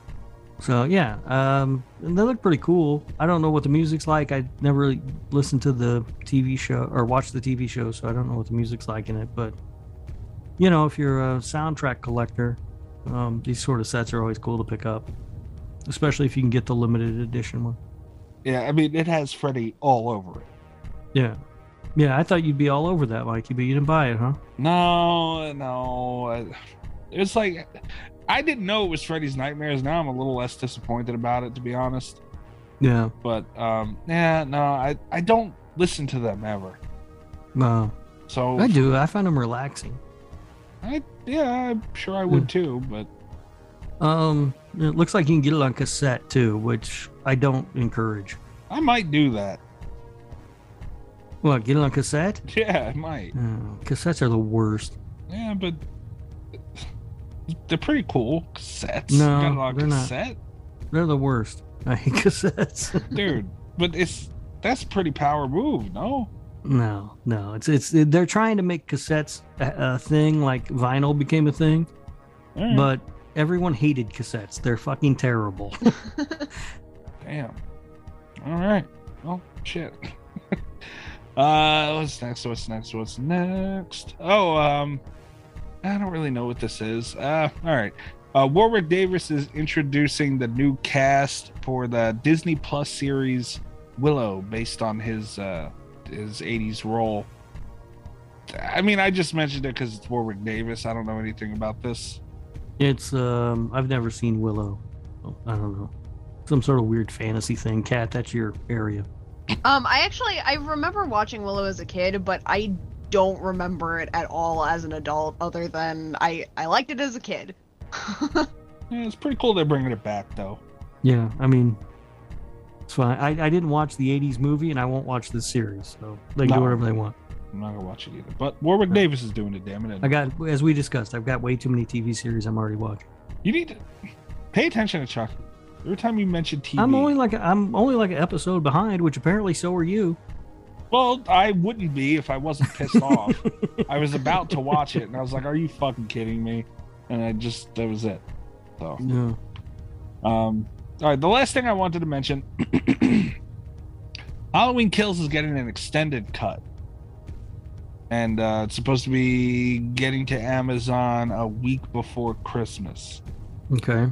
Speaker 7: So yeah, um, and they look pretty cool. I don't know what the music's like. I never really listened to the TV show or watched the TV show, so I don't know what the music's like in it. But you know, if you're a soundtrack collector, um, these sort of sets are always cool to pick up, especially if you can get the limited edition one.
Speaker 5: Yeah, I mean it has Freddy all over it.
Speaker 7: Yeah, yeah. I thought you'd be all over that, Mikey, but you didn't buy it, huh?
Speaker 5: No, no. I- It's like I didn't know it was Freddy's Nightmares. Now I'm a little less disappointed about it, to be honest.
Speaker 7: Yeah.
Speaker 5: But um, yeah, no, I I don't listen to them ever.
Speaker 7: No.
Speaker 5: So
Speaker 7: I do. I find them relaxing.
Speaker 5: I yeah, I'm sure I
Speaker 7: Hmm.
Speaker 5: would too. But
Speaker 7: Um, it looks like you can get it on cassette too, which I don't encourage.
Speaker 5: I might do that.
Speaker 7: What? Get it on cassette?
Speaker 5: Yeah, I might.
Speaker 7: Oh, cassettes are the worst.
Speaker 5: Yeah, but they're pretty cool cassettes.
Speaker 7: No,
Speaker 5: Got a lot of
Speaker 7: they're not.
Speaker 5: cassette,
Speaker 7: They're the worst. I hate cassettes.
Speaker 5: dude. But it's that's a pretty power move, no?
Speaker 7: no, no. It's it's they're trying to make cassettes a, a thing like vinyl became a thing,
Speaker 5: Alright.
Speaker 7: but everyone hated cassettes. They're fucking terrible.
Speaker 5: Damn. All right. Well, shit. uh, what's next? What's next? What's next? Oh, um, I don't really know what this is. Uh, all right. Uh, Warwick Davis is introducing the new cast for the Disney Plus series Willow, based on his uh his '80s role. I mean, I just mentioned it because it's Warwick Davis. I don't know anything about this.
Speaker 7: it's um I've never seen Willow. I don't know. Some sort of weird fantasy thing. Cat, that's your area.
Speaker 6: Um, I actually I remember watching Willow as a kid, but I don't remember it at all as an adult. Other than I I liked it as a kid.
Speaker 5: Yeah, it's pretty cool they're bringing it back though.
Speaker 7: Yeah, I mean, it's fine. I, I didn't watch the '80s movie, and I won't watch this series, so they can
Speaker 5: No.
Speaker 7: do whatever they want.
Speaker 5: I'm not gonna watch it either. But Warwick Davis is doing it. Damn it!
Speaker 7: I got, as we discussed, I've got way too many TV series I'm already watching.
Speaker 5: You need to pay attention to Chuck. Every time you mention TV,
Speaker 7: I'm only like I'm only like an episode behind, which apparently so are you.
Speaker 5: well, I wouldn't be if I wasn't pissed off. I was about to watch it, and I was like, "Are you fucking kidding me?" And I just that was it. So,
Speaker 7: Yeah.
Speaker 5: um, all right. The last thing I wanted to mention: Halloween Kills is getting an extended cut, and uh, it's supposed to be getting to Amazon a week before Christmas.
Speaker 7: Okay.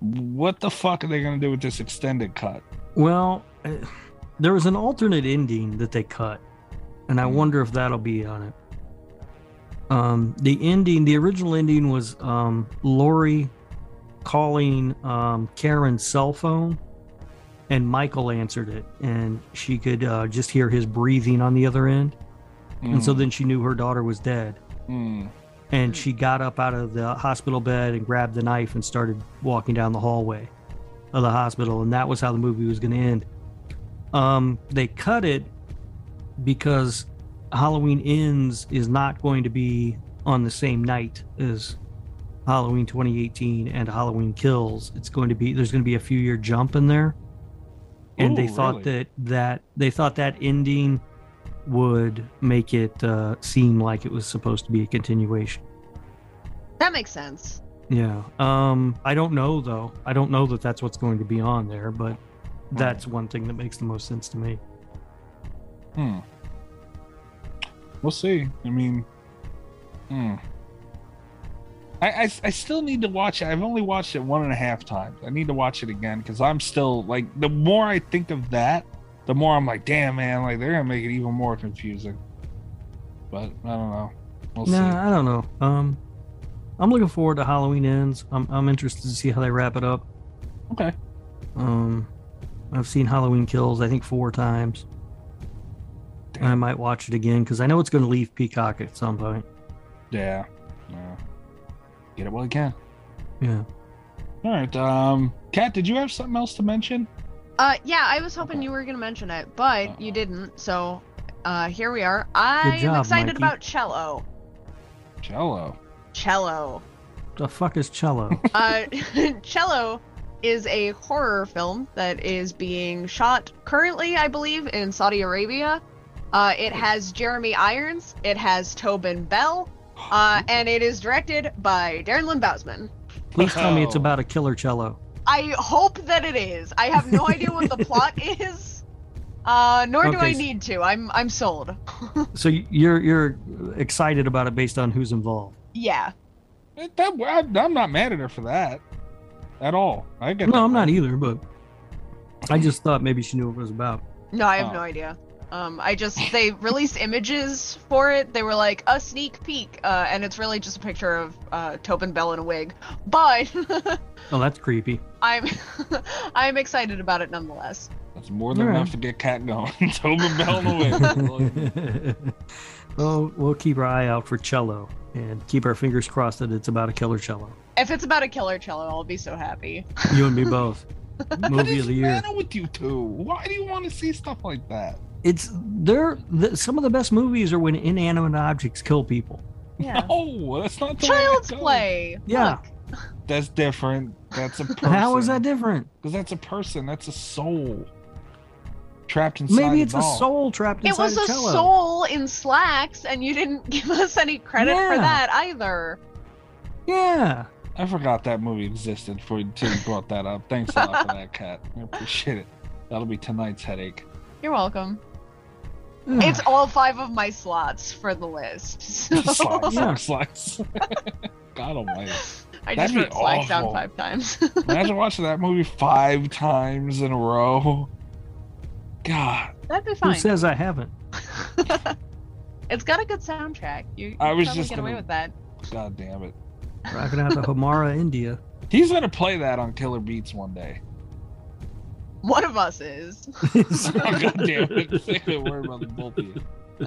Speaker 5: What the fuck are they gonna do with this extended cut?
Speaker 7: Well, eh, there was an alternate ending that they cut, and I wonder if that'll be on it. Um, the ending, the original ending was um, Lori calling um, Karen's cell phone, and Michael answered it, and she could uh, just hear his breathing on the other end, and so
Speaker 5: Mm.
Speaker 7: then she knew her daughter was dead.
Speaker 5: Hmm.
Speaker 7: And she got up out of the hospital bed and grabbed the knife and started walking down the hallway of the hospital. And that was how the movie was going to end. Um, they cut it because Halloween Ends is not going to be on the same night as Halloween 2018 and Halloween Kills. It's going to be, there's going to be a few year jump in there. And they
Speaker 5: Ooh,
Speaker 7: thought
Speaker 5: really?
Speaker 7: that, that, they thought that ending would make it uh, seem like it was supposed to be a continuation.
Speaker 6: that makes sense.
Speaker 7: Yeah. Um. I don't know though. I don't know that that's what's going to be on there, but that's one thing that makes the most sense to me.
Speaker 5: Hmm. We'll see. I mean, hmm. I, I I still need to watch it. I've only watched it one and a half times. I need to watch it again because I'm still like the more I think of that, the more I'm like, damn man, like they're gonna make it even more confusing. But I don't know. We'll
Speaker 7: nah,
Speaker 5: see.
Speaker 7: I don't know. Um, I'm looking forward to Halloween ends. I'm I'm interested to see how they wrap it up.
Speaker 5: Okay.
Speaker 7: Um, I've seen Halloween Kills I think four times. I might watch it again because I know it's going to leave Peacock at some point.
Speaker 5: Yeah. Yeah. Get it while you can.
Speaker 7: Yeah.
Speaker 5: All right. Um, Kat, did you have something else to mention?
Speaker 6: Uh, yeah, I was hoping you were gonna mention it, but you didn't. So, uh, here we are. I am
Speaker 7: job,
Speaker 6: excited
Speaker 7: Mikey.
Speaker 6: about cello.
Speaker 5: Cello.
Speaker 6: Cello.
Speaker 7: The fuck is cello?
Speaker 6: uh, Cello is a horror film that is being shot currently, I believe, in Saudi Arabia. Uh, it has Jeremy Irons, it has Tobin Bell, uh, and it is directed by Darren Lynn Bousman.
Speaker 7: Please tell me it's
Speaker 5: Oh.
Speaker 7: about a killer cello.
Speaker 6: I hope that it is. I have no idea what the plot is. Uh, nor do
Speaker 7: Okay,
Speaker 6: I
Speaker 7: so-
Speaker 6: need to. I'm I'm sold.
Speaker 7: So y- you're you're excited about it based on who's involved.
Speaker 6: Yeah.
Speaker 5: That, I, I'm not mad at her for that at all. I get
Speaker 7: No, I'm not either, but I just thought maybe she knew what it was about.
Speaker 6: No, I have
Speaker 7: Oh.
Speaker 6: no idea. Um, I just they released images for it. They were like a sneak peek, uh, and it's really just a picture of uh, Tobin Bell in a wig. But
Speaker 7: Oh, that's creepy.
Speaker 6: I'm I'm excited about it nonetheless.
Speaker 5: That's more than
Speaker 7: All right.
Speaker 5: enough to get cat going. Tobin Bell in the wind.
Speaker 7: well, we'll keep our eye out for cello and keep our fingers crossed that it's about a killer cello.
Speaker 6: If it's about a killer cello, I'll be so happy.
Speaker 7: You and me both. Movie of the year.
Speaker 5: What's with you two? Why do you want to see stuff like that?
Speaker 7: It's they're th some of the best movies are when inanimate objects kill people.
Speaker 6: Yeah.
Speaker 5: No, Oh, that's not the way
Speaker 6: Child's
Speaker 5: that goes.
Speaker 6: play.
Speaker 7: Yeah.
Speaker 5: That's different. That's a person.
Speaker 7: How is that different?
Speaker 5: Because that's a person. That's a soul trapped inside.
Speaker 7: Maybe it's
Speaker 5: a
Speaker 7: a
Speaker 5: doll.
Speaker 7: soul trapped
Speaker 6: It
Speaker 7: inside
Speaker 6: was a
Speaker 7: cello.
Speaker 6: soul in slacks, and you didn't give us any credit for
Speaker 7: Yeah.
Speaker 6: that either.
Speaker 7: Yeah.
Speaker 5: I forgot that movie existed for until you brought that up. Thanks a lot for that, Cat. I appreciate it. That'll be tonight's headache.
Speaker 6: You're welcome. it's all five of my slots for the list. so-
Speaker 5: Slacks, slacks. God almighty.
Speaker 6: I
Speaker 5: That'd
Speaker 6: just
Speaker 5: be
Speaker 6: wrote slacks down
Speaker 5: awful.
Speaker 6: five times.
Speaker 5: Imagine watching that movie five times in a row. God.
Speaker 6: That'd be
Speaker 7: Who
Speaker 6: fine.
Speaker 7: says I haven't?
Speaker 6: it's got a good soundtrack. You, you
Speaker 5: I
Speaker 6: could
Speaker 5: was
Speaker 6: probably
Speaker 5: just
Speaker 6: get away
Speaker 5: gonna-
Speaker 6: with that.
Speaker 5: God damn it.
Speaker 7: Rocking out to Hamara, India.
Speaker 5: He's gonna play that on Killer Beats one day.
Speaker 6: One of us is.
Speaker 5: God damn it. I could worry about the both of you.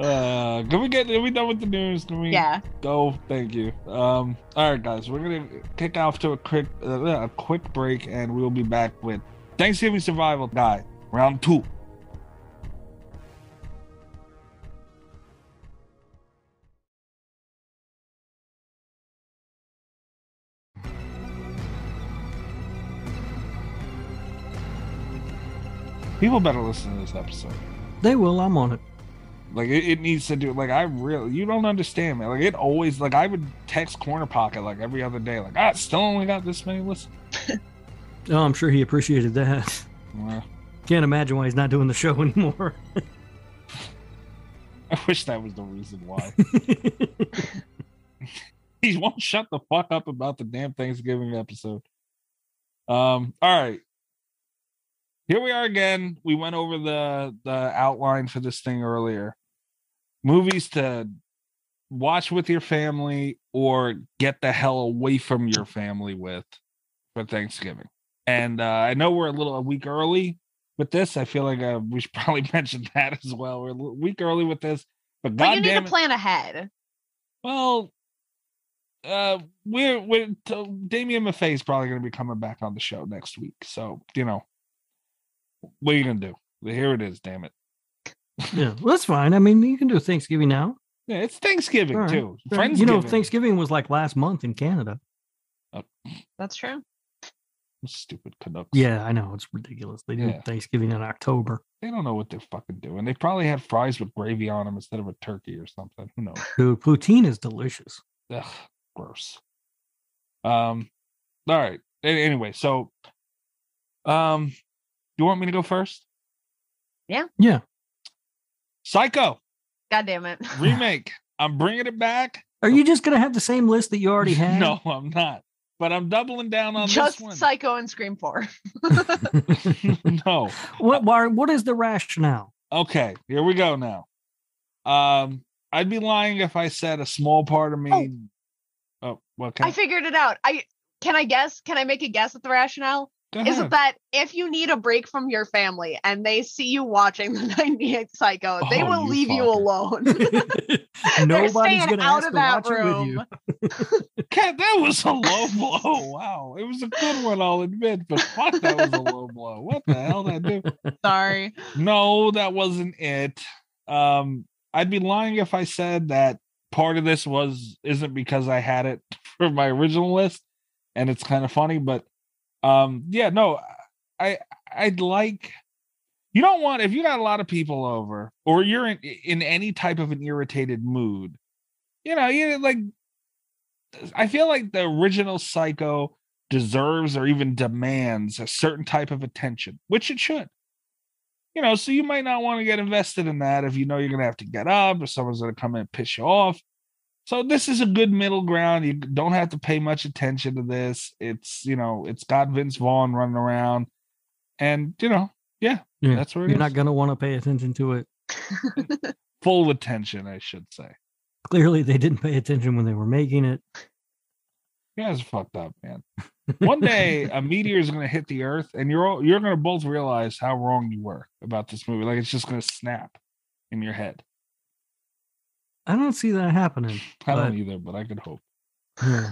Speaker 5: Uh, can we get? Are we done with the news? Can we?
Speaker 6: Yeah.
Speaker 5: Go. Thank you. Um. All right, guys. We're gonna kick off to a quick, uh, a quick break, and we'll be back with Thanksgiving Survival Die Round Two. People better listen to this episode.
Speaker 7: They will. I'm on it.
Speaker 5: Like it, it needs to do. Like I really, you don't understand, man. Like it always. Like I would text Corner Pocket like every other day. Like I still only got this many listens.
Speaker 7: Oh, I'm sure he appreciated that.
Speaker 5: Yeah.
Speaker 7: Can't imagine why he's not doing the show anymore.
Speaker 5: I wish that was the reason why. he won't shut the fuck up about the damn Thanksgiving episode. Um. All right. Here we are again. We went over the the outline for this thing earlier. Movies to watch with your family or get the hell away from your family with for Thanksgiving. And uh, I know we're a little a week early with this. I feel like uh, we should probably mention that as well. We're a little- week early with this, but
Speaker 6: But you need to
Speaker 5: goddamn, it-
Speaker 6: plan ahead.
Speaker 5: well, uh, we're we're t- Damien Maffei is probably going to be coming back on the show next week. So you know, what are you gonna do? Here it is. Damn it.
Speaker 7: yeah, well, that's fine. I mean, you can do Thanksgiving now.
Speaker 5: Yeah, it's Thanksgiving
Speaker 7: All right.
Speaker 5: too.
Speaker 7: Right.
Speaker 5: Friends,
Speaker 7: You know, Thanksgiving was like last month in Canada.
Speaker 6: That's true.
Speaker 5: stupid Canucks.
Speaker 7: Yeah, I know. It's ridiculous. They do
Speaker 5: Yeah.
Speaker 7: Thanksgiving in October.
Speaker 5: They don't know what they're fucking doing. They probably had fries with gravy on them instead of a turkey or something. Who knows?
Speaker 7: Dude, poutine is delicious.
Speaker 5: Ugh, gross. Um, all right. A- Anyway, so, um, you want me to go first?
Speaker 6: Yeah.
Speaker 7: Yeah.
Speaker 5: Psycho
Speaker 6: God damn it.
Speaker 5: remake. I'm bringing it back.
Speaker 7: Are you just going to have the same list that you already had?
Speaker 5: No, I'm not. But I'm doubling down on
Speaker 6: Just
Speaker 5: this one.
Speaker 6: Psycho and Scream 4.
Speaker 5: no.
Speaker 7: What, why, what is the rationale?
Speaker 5: Okay, here we go now. Um, I'd be lying if I said a small part of me. Oh, okay.
Speaker 6: I figured it out. I can I guess? Can I make a guess at the rationale?
Speaker 5: Go
Speaker 6: Is
Speaker 5: ahead.
Speaker 6: it that if you need a break from your family and they see you watching the 98 Psycho, they
Speaker 7: Oh,
Speaker 6: will
Speaker 7: you
Speaker 6: leave you
Speaker 7: fucker.
Speaker 6: alone.
Speaker 7: Nobody's
Speaker 6: staying
Speaker 7: going to
Speaker 6: out
Speaker 7: ask
Speaker 6: of
Speaker 7: to
Speaker 6: that
Speaker 7: watch it with you.
Speaker 5: Cat, that was a low blow. Wow. It was a good one, I'll admit, but fuck, that was a low blow. What the hell did I do?
Speaker 6: Sorry.
Speaker 5: No, that wasn't it. Um, I'd be lying if I said that part of this was isn't because I had it for my original list, and it's kind of funny, but um, yeah, no, I I'd like you don't want if you got a lot of people over or you're in in any type of an irritated mood, you know, you like I feel like the original Psycho deserves or even demands a certain type of attention, which it should. You know, so you might not want to get invested in that if you know you're going to have to get up or someone's going to come in and piss you off. So this is a good middle ground. You don't have to pay much attention to this. It's, you know, it's got Vince Vaughn running around. And, you know, yeah,
Speaker 7: Yeah.
Speaker 5: that's where it
Speaker 7: You're
Speaker 5: is.
Speaker 7: not going to want to pay attention to it.
Speaker 5: Full attention, I should say.
Speaker 7: Clearly, they didn't pay attention when they were making it.
Speaker 5: You guys are fucked up, man. One day a meteor is going to hit the earth and you're all, you're going to both realize how wrong you were about this movie. Like it's just going to snap in your head.
Speaker 7: I don't see that happening.
Speaker 5: I don't
Speaker 7: but-
Speaker 5: either, but I could hope. Hmm.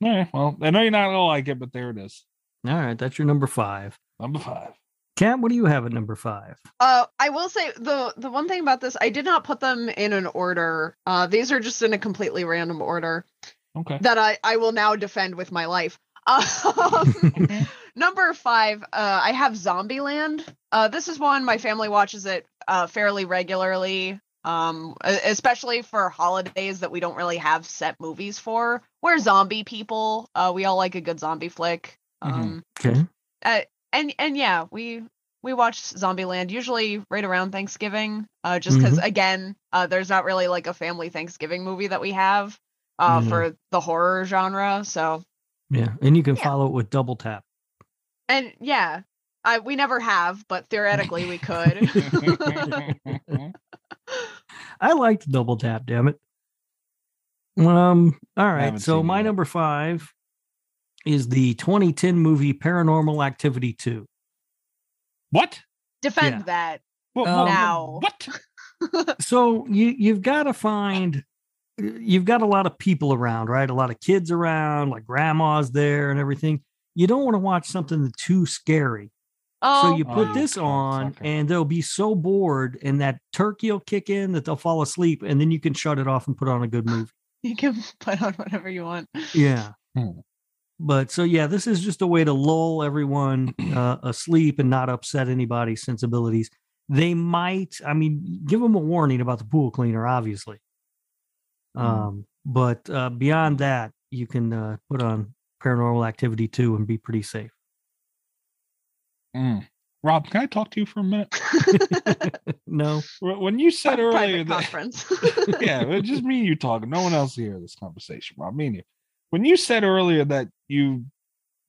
Speaker 7: yeah.
Speaker 5: All right. Well, I know you're not going to like it, but there it is.
Speaker 7: All right, that's your number five.
Speaker 5: Number five.
Speaker 7: Cat, what do you have at number five?
Speaker 6: Uh, I will say the the one thing about this, I did not put them in an order. Uh, these are just in a completely random order
Speaker 5: Okay.
Speaker 6: that I I will now defend with my life. Um, number five, uh, I have Zombieland. Uh, this is one my family watches it uh, fairly regularly, um, e- especially for holidays that we don't really have set movies for. We're zombie people. Uh, we all like a good zombie flick. Um,
Speaker 7: Okay.
Speaker 6: uh, and and yeah, we we watch Zombieland usually right around Thanksgiving, uh, just because
Speaker 7: Mhm.
Speaker 6: again, uh, there's not really like a family Thanksgiving movie that we have uh,
Speaker 7: Yeah.
Speaker 6: for the horror genre. So
Speaker 7: Yeah, and you can follow it with double tap.
Speaker 6: and yeah, I we never have, but theoretically we could.
Speaker 7: I liked double tap. Damn it. Um. All right.
Speaker 5: haven't
Speaker 7: So
Speaker 5: seen it
Speaker 7: my
Speaker 5: yet.
Speaker 7: number five is the 2010 movie Paranormal Activity 2.
Speaker 5: What?
Speaker 6: Defend
Speaker 7: Yeah.
Speaker 6: that
Speaker 5: What?
Speaker 7: Um,
Speaker 6: now.
Speaker 5: what?
Speaker 7: so you you've got to find you've got a lot of people around right a lot of kids around like grandma's there and everything you don't want to watch something that's too scary
Speaker 6: Oh,
Speaker 7: so you put
Speaker 5: Oh,
Speaker 7: this on
Speaker 5: cocksucker.
Speaker 7: and they'll be so bored and that turkey will kick in that they'll fall asleep and then you can shut it off and put on a good movie
Speaker 6: you can put on whatever you want.
Speaker 7: yeah
Speaker 5: Hmm.
Speaker 7: but so yeah this is just a way to lull everyone uh, asleep and not upset anybody's sensibilities they might i mean give them a warning about the pool cleaner obviously um but uh beyond that you can uh put on paranormal activity 2 and be pretty safe
Speaker 5: Mm. Rob, can I talk to you for a minute?
Speaker 7: no
Speaker 5: Wh- When you said
Speaker 6: Pri-
Speaker 5: earlier
Speaker 6: private
Speaker 5: that,
Speaker 6: conference.
Speaker 5: yeah, it was just me and you talking. No one else here in this conversation. Rob, me and you. When you said earlier that you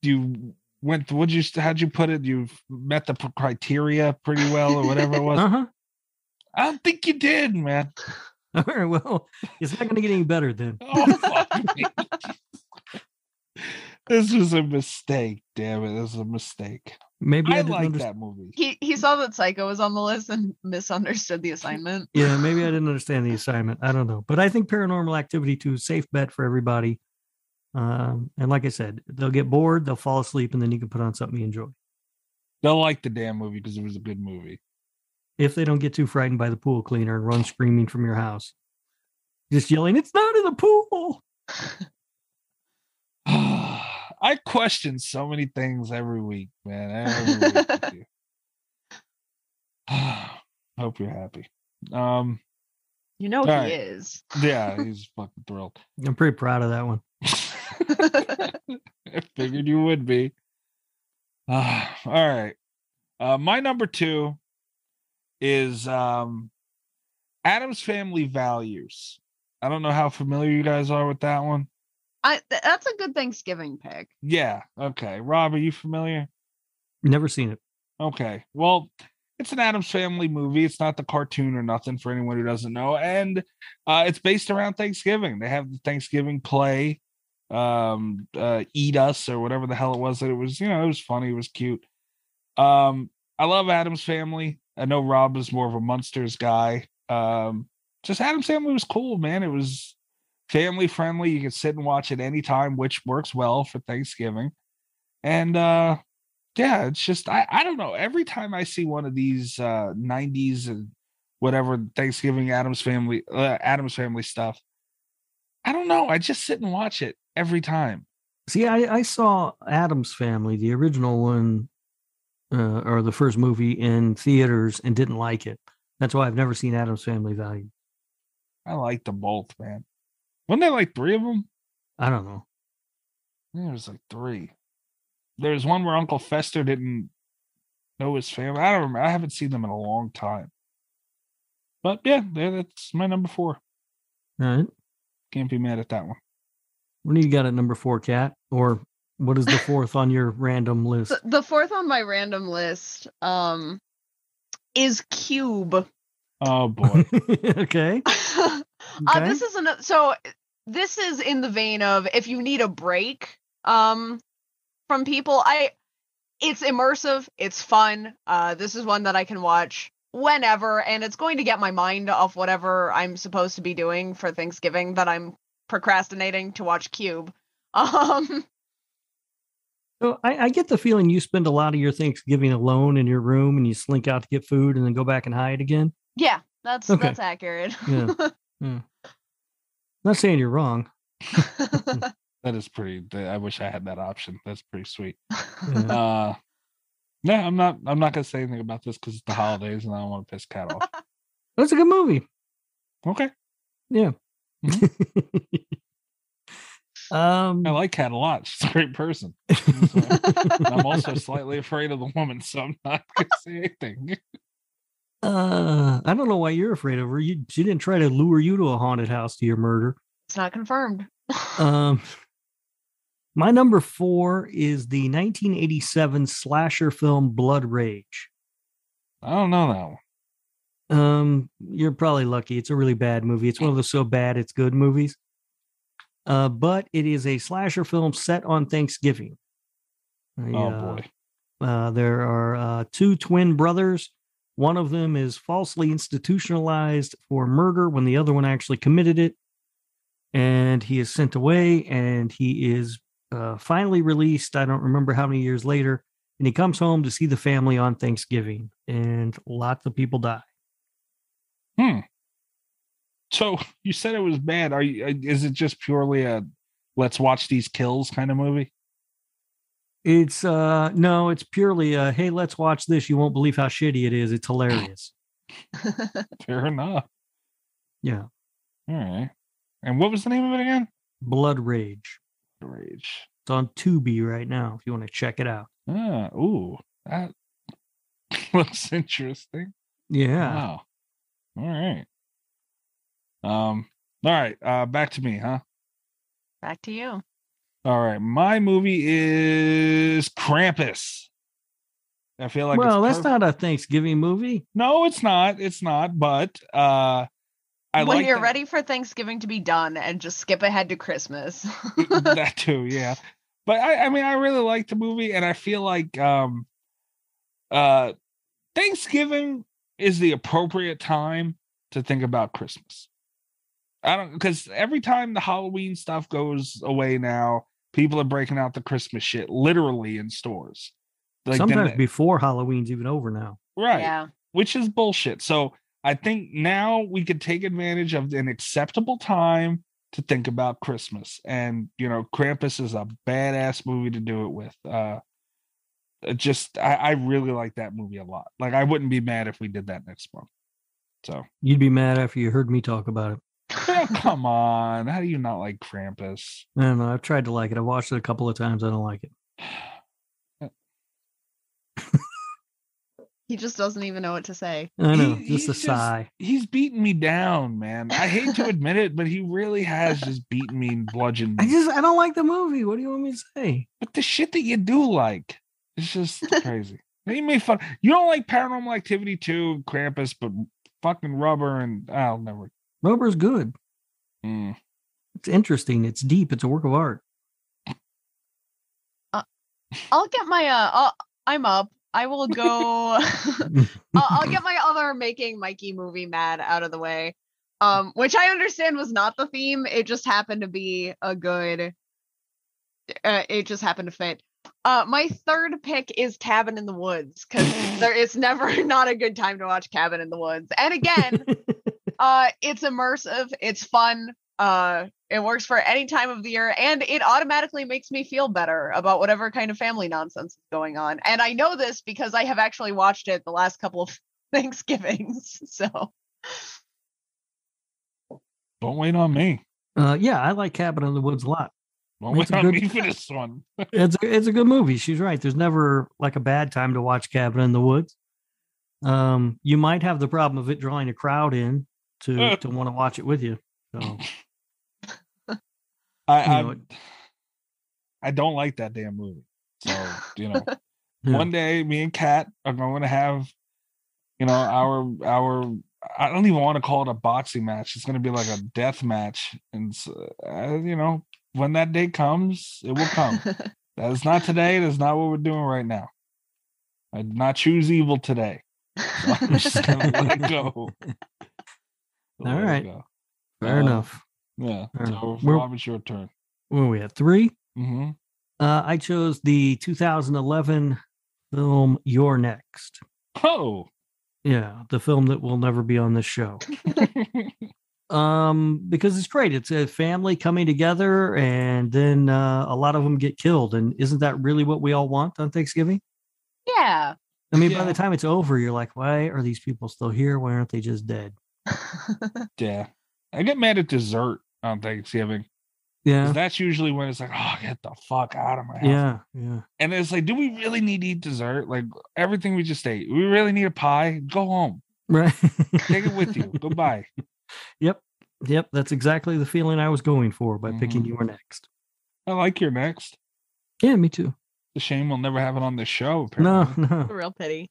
Speaker 5: you went, would you how'd you put it? You met the p- criteria pretty well, or whatever it was.
Speaker 7: uh-huh
Speaker 5: I don't think you did, man.
Speaker 7: all right well it's not gonna get any better then
Speaker 5: Oh fuck me. this was a mistake. Damn it, this is a mistake.
Speaker 7: maybe
Speaker 5: I
Speaker 7: i, didn't
Speaker 5: like
Speaker 7: underst-
Speaker 5: that movie.
Speaker 6: he he saw that Psycho was on the list and misunderstood the assignment.
Speaker 7: yeah maybe i didn't understand the assignment i don't know but i think paranormal activity 2 is a safe bet for everybody um and like i said they'll get bored they'll fall asleep and then you can put on something you enjoy
Speaker 5: They'll like the damn movie because it was a good movie.
Speaker 7: if they don't get too frightened by the pool cleaner and run screaming from your house, just yelling, "It's not in the pool!"
Speaker 5: I question so many things every week, man. Every week with you. Hope you're happy. Um,
Speaker 6: You know he
Speaker 5: Alright.
Speaker 6: is.
Speaker 5: yeah, he's fucking thrilled.
Speaker 7: I'm pretty proud of that one.
Speaker 5: I figured you would be. Ah, all right. Uh, my number two is um, Adam's Family Values. I don't know how familiar you guys are with that one.
Speaker 6: I th- that's a good Thanksgiving pick.
Speaker 5: Yeah. Okay. Rob, are you familiar?
Speaker 7: Never seen it.
Speaker 5: Okay. Well, it's an Adams Family movie. It's not the cartoon or nothing for anyone who doesn't know. And uh, it's based around Thanksgiving. They have the Thanksgiving play, um, uh, Eat Us or whatever the hell it was that it was, you know, it was funny. It was cute. Um, I love Adams Family. I know Rob is more of a Munsters guy. Um, just Adams Family was cool, man. It was family friendly. You could sit and watch it anytime, which works well for Thanksgiving. And uh, yeah, it's just I I don't know. Every time I see one of these uh 90s and whatever Thanksgiving Adams family uh, Adams family stuff, I don't know. I just sit and watch it every time.
Speaker 7: See, I, I saw Adam's Family, the original one, uh, or the first movie in theaters, and didn't like it. That's why I've never seen Adam's Family Value.
Speaker 5: I like them both, man. Wasn't there like three of them?
Speaker 7: I don't know.
Speaker 5: think it was like three. There was one where Uncle Fester didn't know his family. I don't remember. I haven't seen them in a long time. But yeah, there that's my number four.
Speaker 7: All right.
Speaker 5: Can't be mad at that one.
Speaker 7: What do you got at number four, Cat? Or what is the fourth on your random list?
Speaker 6: The, the fourth on my random list um is Cube.
Speaker 5: Oh boy.
Speaker 7: okay.
Speaker 6: Uh,
Speaker 7: Okay.
Speaker 6: this is an so this is in the vein of if you need a break um from people. I it's immersive, it's fun. Uh, this is one that I can watch whenever, and it's going to get my mind off whatever I'm supposed to be doing for Thanksgiving that I'm procrastinating to watch Cube. Um,
Speaker 7: So I, I get the feeling you spend a lot of your Thanksgiving alone in your room and you slink out to get food and then go back and hide again.
Speaker 6: yeah, that's
Speaker 7: Okay.
Speaker 6: that's accurate.
Speaker 7: Yeah. yeah. Not saying you're wrong.
Speaker 5: That is pretty. th- I wish I had that option. That's pretty sweet.
Speaker 7: Yeah.
Speaker 5: Uh, no, I'm not. I'm not gonna say anything about this because it's the holidays, and I don't want to piss Cat off.
Speaker 7: That's a good movie.
Speaker 5: Okay.
Speaker 7: Yeah. um,
Speaker 5: Mm-hmm. I like Cat a lot. She's a great person. So, and I'm also slightly afraid of the woman, so I'm not gonna say anything.
Speaker 7: Uh, I don't know why you're afraid of her. You, she didn't try to lure you to a haunted house to your murder.
Speaker 6: it's not confirmed.
Speaker 7: Um, my number four is the 1987 slasher film Blood Rage.
Speaker 5: I don't know that one.
Speaker 7: Um, you're probably lucky. It's a really bad movie. It's one of those so bad it's good movies. Uh, but it is a slasher film set on Thanksgiving. I,
Speaker 5: Oh
Speaker 7: uh,
Speaker 5: boy.
Speaker 7: Uh, there are uh, two twin brothers. One of them is falsely institutionalized for murder when the other one actually committed it. And he is sent away and he is uh, finally released. I don't remember how many years later. And he comes home to see the family on Thanksgiving. And lots of people die.
Speaker 5: Hmm. So you said it was bad. Are you? uh, Is it just purely a let's watch these kills kind of movie?
Speaker 7: It's uh no, it's purely uh hey, let's watch this. You won't believe how shitty it is. It's hilarious.
Speaker 5: Fair enough.
Speaker 7: Yeah.
Speaker 5: All right. And what was the name of it again?
Speaker 7: Blood Rage.
Speaker 5: Rage.
Speaker 7: It's on Tubi right now if you want to check it out.
Speaker 5: Ah, ooh, that looks interesting.
Speaker 7: Yeah.
Speaker 5: Wow. All right. Um. All right. Uh. Back to me, huh?
Speaker 6: Back to you.
Speaker 5: All right. My movie is Krampus. I feel like it's
Speaker 7: well, that's
Speaker 5: perfect.
Speaker 7: not a Thanksgiving movie.
Speaker 5: No, it's not. It's not. But uh, I
Speaker 6: when
Speaker 5: like
Speaker 6: you're
Speaker 5: that-
Speaker 6: ready for Thanksgiving to be done and just skip ahead to Christmas.
Speaker 5: that too yeah but I, I mean i really like the movie and i feel like um uh thanksgiving is the appropriate time to think about christmas i don't because every time the halloween stuff goes away now people are breaking out the christmas shit literally in stores Like, then
Speaker 7: Sometimes
Speaker 5: they-
Speaker 7: before Halloween's even over now.
Speaker 5: right
Speaker 6: Yeah.
Speaker 5: which is bullshit. So I think now we could take advantage of an acceptable time to think about Christmas. And you know, Krampus is a badass movie to do it with. Uh it just I, I really like that movie a lot. Like I wouldn't be mad if we did that next month. So
Speaker 7: You'd be mad after you heard me talk about it.
Speaker 5: Oh, come on. How do you not like Krampus?
Speaker 7: I don't know. I've tried to like it. I've watched it a couple of times. I don't like it.
Speaker 6: he just doesn't even know what to say.
Speaker 7: I know.
Speaker 5: He-
Speaker 7: just a
Speaker 5: he's
Speaker 7: sigh.
Speaker 5: He's beating me down, man. I hate to admit it, but he really has just beaten me and bludgeoned me.
Speaker 7: I just I don't like the movie. What do you want me to say?
Speaker 5: but the shit that you do like it's just crazy they made fun you don't like paranormal activity too krampus but fucking rubber and i'll never
Speaker 7: Rubber's good.
Speaker 5: Mm.
Speaker 7: It's interesting. It's deep. It's a work of art.
Speaker 6: I'll get my uh I'll, I'm up. I will go I'll, I'll get my other making Mikey movie mad out of the way. Um which I understand was not the theme. It just happened to be a good uh, it just happened to fit. Uh my third pick is Cabin in the Woods cuz there is never not a good time to watch Cabin in the Woods. And again, uh it's immersive, it's fun. Uh it works for any time of the year and it automatically makes me feel better about whatever kind of family nonsense is going on and i know this because i have actually watched it the last couple of thanksgivings so
Speaker 5: don't wait on me
Speaker 7: Uh, yeah, I like Cabin in the Woods a lot.
Speaker 5: Well,
Speaker 7: It's a
Speaker 5: without
Speaker 7: good-
Speaker 5: me for this one.
Speaker 7: it's a, it's a good movie. She's right. There's never like a bad time to watch Cabin in the Woods. Um, you might have the problem of it drawing a crowd in to to want to watch it with you. So
Speaker 5: I
Speaker 7: You
Speaker 5: I,
Speaker 7: know
Speaker 5: I don't like that damn movie. So you know,
Speaker 7: Yeah.
Speaker 5: one day me and Kat are going to have, you know, our our. I don't even want to call it a boxing match. It's going to be like a death match, and so, uh, you know, when that day comes, it will come. that is not today. That's not what we're doing right now. I did not choose evil today. So I'm just going to let it go.
Speaker 7: All
Speaker 5: Let it
Speaker 7: right.
Speaker 5: go.
Speaker 7: fair
Speaker 5: Uh,
Speaker 7: enough.
Speaker 5: Yeah.
Speaker 7: Fair enough.
Speaker 5: So,
Speaker 7: We're-
Speaker 5: Rob, it's your turn.
Speaker 7: Where are we at 3
Speaker 5: Mm-hmm.
Speaker 7: Uh, I chose the 2011 film You're Next.
Speaker 5: Oh,
Speaker 7: Yeah, the film that will never be on this show. um, because it's great. It's a family coming together, and then uh, a lot of them get killed. And isn't that really what we all want on Thanksgiving?
Speaker 6: Yeah.
Speaker 7: I mean, by the time it's over, you're like, why are these people still here? Why aren't they just dead?
Speaker 5: yeah. I get mad at dessert on Thanksgiving. 'cause
Speaker 7: Yeah.
Speaker 5: That's usually when it's like, oh, get the fuck out of my house.
Speaker 7: Yeah. Yeah.
Speaker 5: And it's like, do we really need to eat dessert? Like everything we just ate. We really need a pie. Go home.
Speaker 7: Right.
Speaker 5: Take it with you. Goodbye.
Speaker 7: Yep. Yep. That's exactly the feeling I was going for by picking
Speaker 5: Mhm.
Speaker 7: You're Next.
Speaker 5: I like your next.
Speaker 7: Yeah, me too.
Speaker 5: It's a shame we'll never have it on this show.
Speaker 7: No,
Speaker 5: Apparently.
Speaker 7: no.
Speaker 6: Real pity.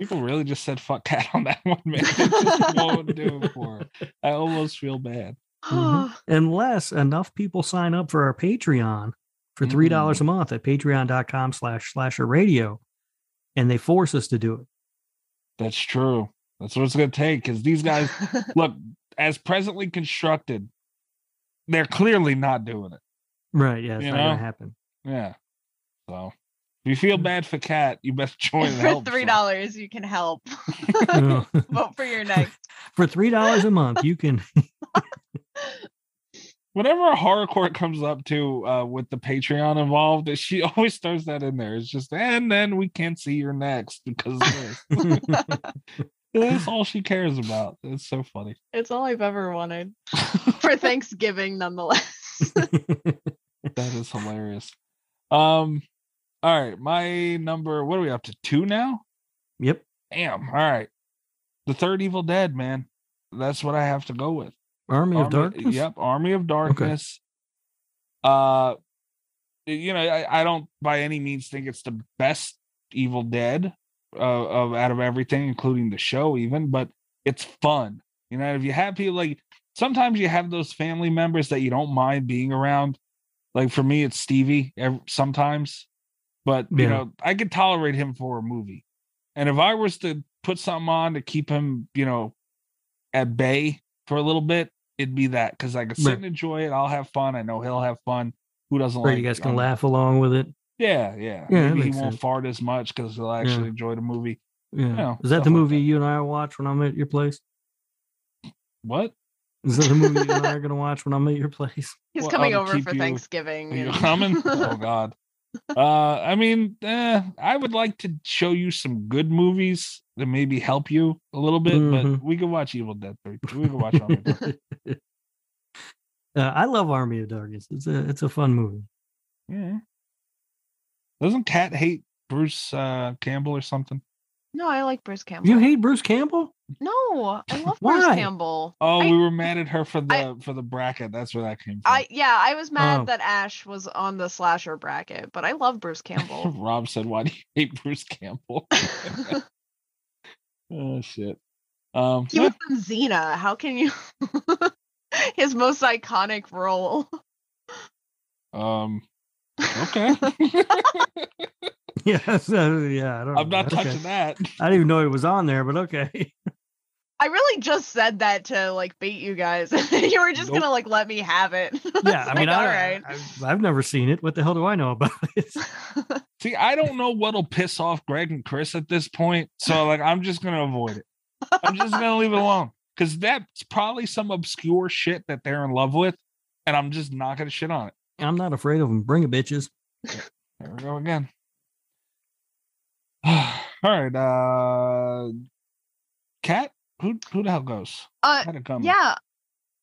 Speaker 5: People really just said fuck cat on that one, man. It just won't do it for. her. I almost feel bad.
Speaker 7: Mhm. Unless enough people sign up for our Patreon for three
Speaker 5: Mm.
Speaker 7: dollars a month at patreon.com slash slasher radio and they force us to do it.
Speaker 5: That's true. That's what it's going to take. Because these guys, look, as presently constructed, they're clearly not doing it.
Speaker 7: Right. Yeah, it's
Speaker 5: You
Speaker 7: not gonna
Speaker 5: know?
Speaker 7: happen.
Speaker 5: Yeah. So if you feel bad for Cat, you best join and
Speaker 6: For
Speaker 5: help.
Speaker 6: three
Speaker 5: some.
Speaker 6: dollars, you can help.
Speaker 7: No.
Speaker 6: Vote for your next.
Speaker 7: for three dollars a month, you can
Speaker 5: Whenever a horrorcore comes up to uh, with the Patreon involved, she always throws that in there. It's just, and then we can't see your next because of this. That's all she cares about. It's so funny.
Speaker 6: It's all I've ever wanted for Thanksgiving, nonetheless.
Speaker 5: That is hilarious. Um, all right, my number. What are we up to? Two now.
Speaker 7: Yep.
Speaker 5: Damn. All right. The third Evil Dead, man. That's what I have to go with.
Speaker 7: Army, of Darkness.
Speaker 5: Yep, Army of Darkness. Uh, you know, I, I don't by any means think it's the best Evil Dead uh, of out of everything, including the show, even. But it's fun. You know, if you have people like sometimes you have those family members that you don't mind being around. Like for me, it's Stevie. ev- Sometimes, but you
Speaker 7: Yeah.
Speaker 5: know, I could tolerate him for a movie. And if I was to put something on to keep him, you know, at bay for a little bit, it'd be that because I could sit
Speaker 7: Right.
Speaker 5: and enjoy it. I'll have fun. I know he'll have fun. Who doesn't
Speaker 7: Right,
Speaker 5: like?
Speaker 7: you guys
Speaker 5: um,
Speaker 7: can laugh along with it.
Speaker 5: Yeah, yeah.
Speaker 7: Yeah, that
Speaker 5: Maybe he
Speaker 7: makes
Speaker 5: won't
Speaker 7: sense.
Speaker 5: fart as much because he'll actually enjoy the movie.
Speaker 7: Yeah.
Speaker 5: know,
Speaker 7: Is that
Speaker 5: stuff
Speaker 7: the
Speaker 5: like
Speaker 7: movie you and I watch when I'm at your place?
Speaker 5: What?
Speaker 7: Is that the movie you and I are gonna watch when I'm at your place?
Speaker 6: He's
Speaker 5: Well,
Speaker 6: coming
Speaker 5: I'll
Speaker 6: over
Speaker 5: keep
Speaker 6: for
Speaker 5: you-
Speaker 6: Thanksgiving.
Speaker 5: Are you
Speaker 6: and-
Speaker 5: coming? oh God. Uh, I mean, eh, I would like to show you some good movies that maybe help you a little bit,
Speaker 7: Mhm.
Speaker 5: but we can watch Evil Dead Three. We can watch. Army of Darkness.
Speaker 7: Uh, I love Army of Darkness. It's a it's a fun movie.
Speaker 5: Yeah. Doesn't Cat hate Bruce uh, Campbell or something?
Speaker 6: No, I like Bruce Campbell.
Speaker 7: You hate Bruce Campbell?
Speaker 6: No, I love
Speaker 7: Why?
Speaker 6: Bruce Campbell.
Speaker 5: Oh,
Speaker 6: I-
Speaker 5: we were mad at her for the for the bracket. That's where that came from.
Speaker 6: I yeah, I was mad
Speaker 5: Oh.
Speaker 6: that Ash was on the slasher bracket, but I love Bruce Campbell.
Speaker 5: Rob said, "Why do you hate Bruce Campbell?" oh shit. Um,
Speaker 6: he was from Xena. How can you? His most iconic role.
Speaker 5: um, okay.
Speaker 7: Yeah, so, uh, yeah. I don't
Speaker 5: I'm
Speaker 7: know.
Speaker 5: not
Speaker 7: Okay.
Speaker 5: touching that.
Speaker 7: I didn't even know he was on there, but okay.
Speaker 6: I really just said that to like bait you guys. you were just gonna
Speaker 7: Nope.
Speaker 6: like let me have it.
Speaker 7: Yeah, I mean, I,
Speaker 6: all right.
Speaker 7: I, have never seen it. What the hell do I know about it?
Speaker 5: See, I don't know what'll piss off Greg and Chris at this point, so like I'm just gonna avoid it. I'm just gonna leave it alone because that's probably some obscure shit that they're in love with, and I'm just not gonna shit on it.
Speaker 7: I'm not afraid of them. Bring it, bitches.
Speaker 5: There we go again. All right, uh, Cat, who who the hell goes?
Speaker 6: Uh,
Speaker 7: Um,
Speaker 5: Had it come.
Speaker 6: Yeah,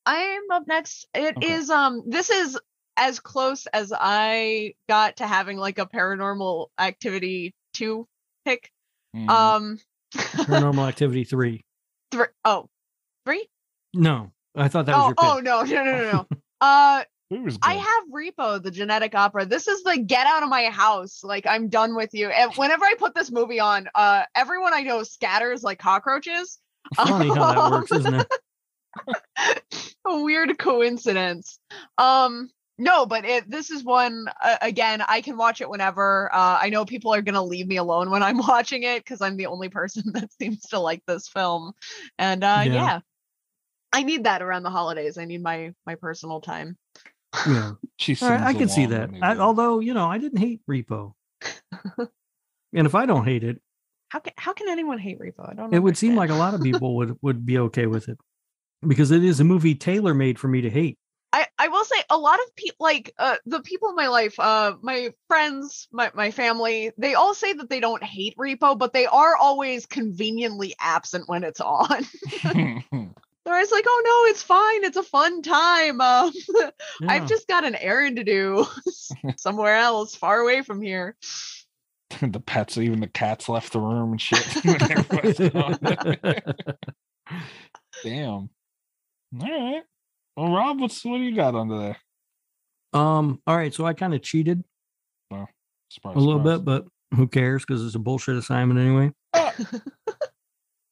Speaker 6: I'm up next. It is um this is as close as I got to having like a paranormal activity 2 pick.
Speaker 5: Hmm,
Speaker 6: Um
Speaker 7: Mm-hmm. Paranormal Activity three.
Speaker 6: three oh three?
Speaker 7: No, I thought that was
Speaker 6: oh,
Speaker 7: your pick.
Speaker 6: oh no, no, no, no, no. uh
Speaker 5: was
Speaker 6: I have Repo, the genetic opera. This is the get out of my house. Like I'm done with you. And whenever I put this movie on, uh everyone I know scatters like cockroaches.
Speaker 7: Funny how that works, isn't it?
Speaker 6: a weird coincidence. Um, no, but it, this is one uh, again. I can watch it whenever. Uh, I know people are gonna leave me alone when I'm watching it because I'm the only person that seems to like this film, and uh,
Speaker 7: Yeah.
Speaker 6: yeah. I need that around the holidays. I need my my personal time.
Speaker 7: Yeah,
Speaker 5: she.
Speaker 7: All right, I
Speaker 5: sings
Speaker 7: can see
Speaker 5: along
Speaker 7: that.
Speaker 5: when they
Speaker 7: I,
Speaker 5: do it.
Speaker 7: although you know, I didn't hate Repo, and if I don't hate it,
Speaker 6: How can how can anyone hate Repo? I don't.
Speaker 7: it would seem like a lot of people would would be okay with it because it is a movie tailor made for me to hate.
Speaker 6: I, I will say a lot of people like uh, the people in my life, uh, my friends, my, my family, they all say that they don't hate repo, but they are always conveniently absent when it's on. They're always like, oh no, it's fine. It's a fun time. Um,
Speaker 7: Yeah.
Speaker 6: I've just got an errand to do somewhere else, far away from here.
Speaker 5: the pets, even the cats left the room and shit. when everybody's gone. Damn. All right. Well, Rob, what's what do you got under there?
Speaker 7: Um. All right, so I kind of cheated
Speaker 5: Surprise,
Speaker 7: a little
Speaker 5: surprise.
Speaker 7: bit, but who cares? Because it's a bullshit assignment anyway.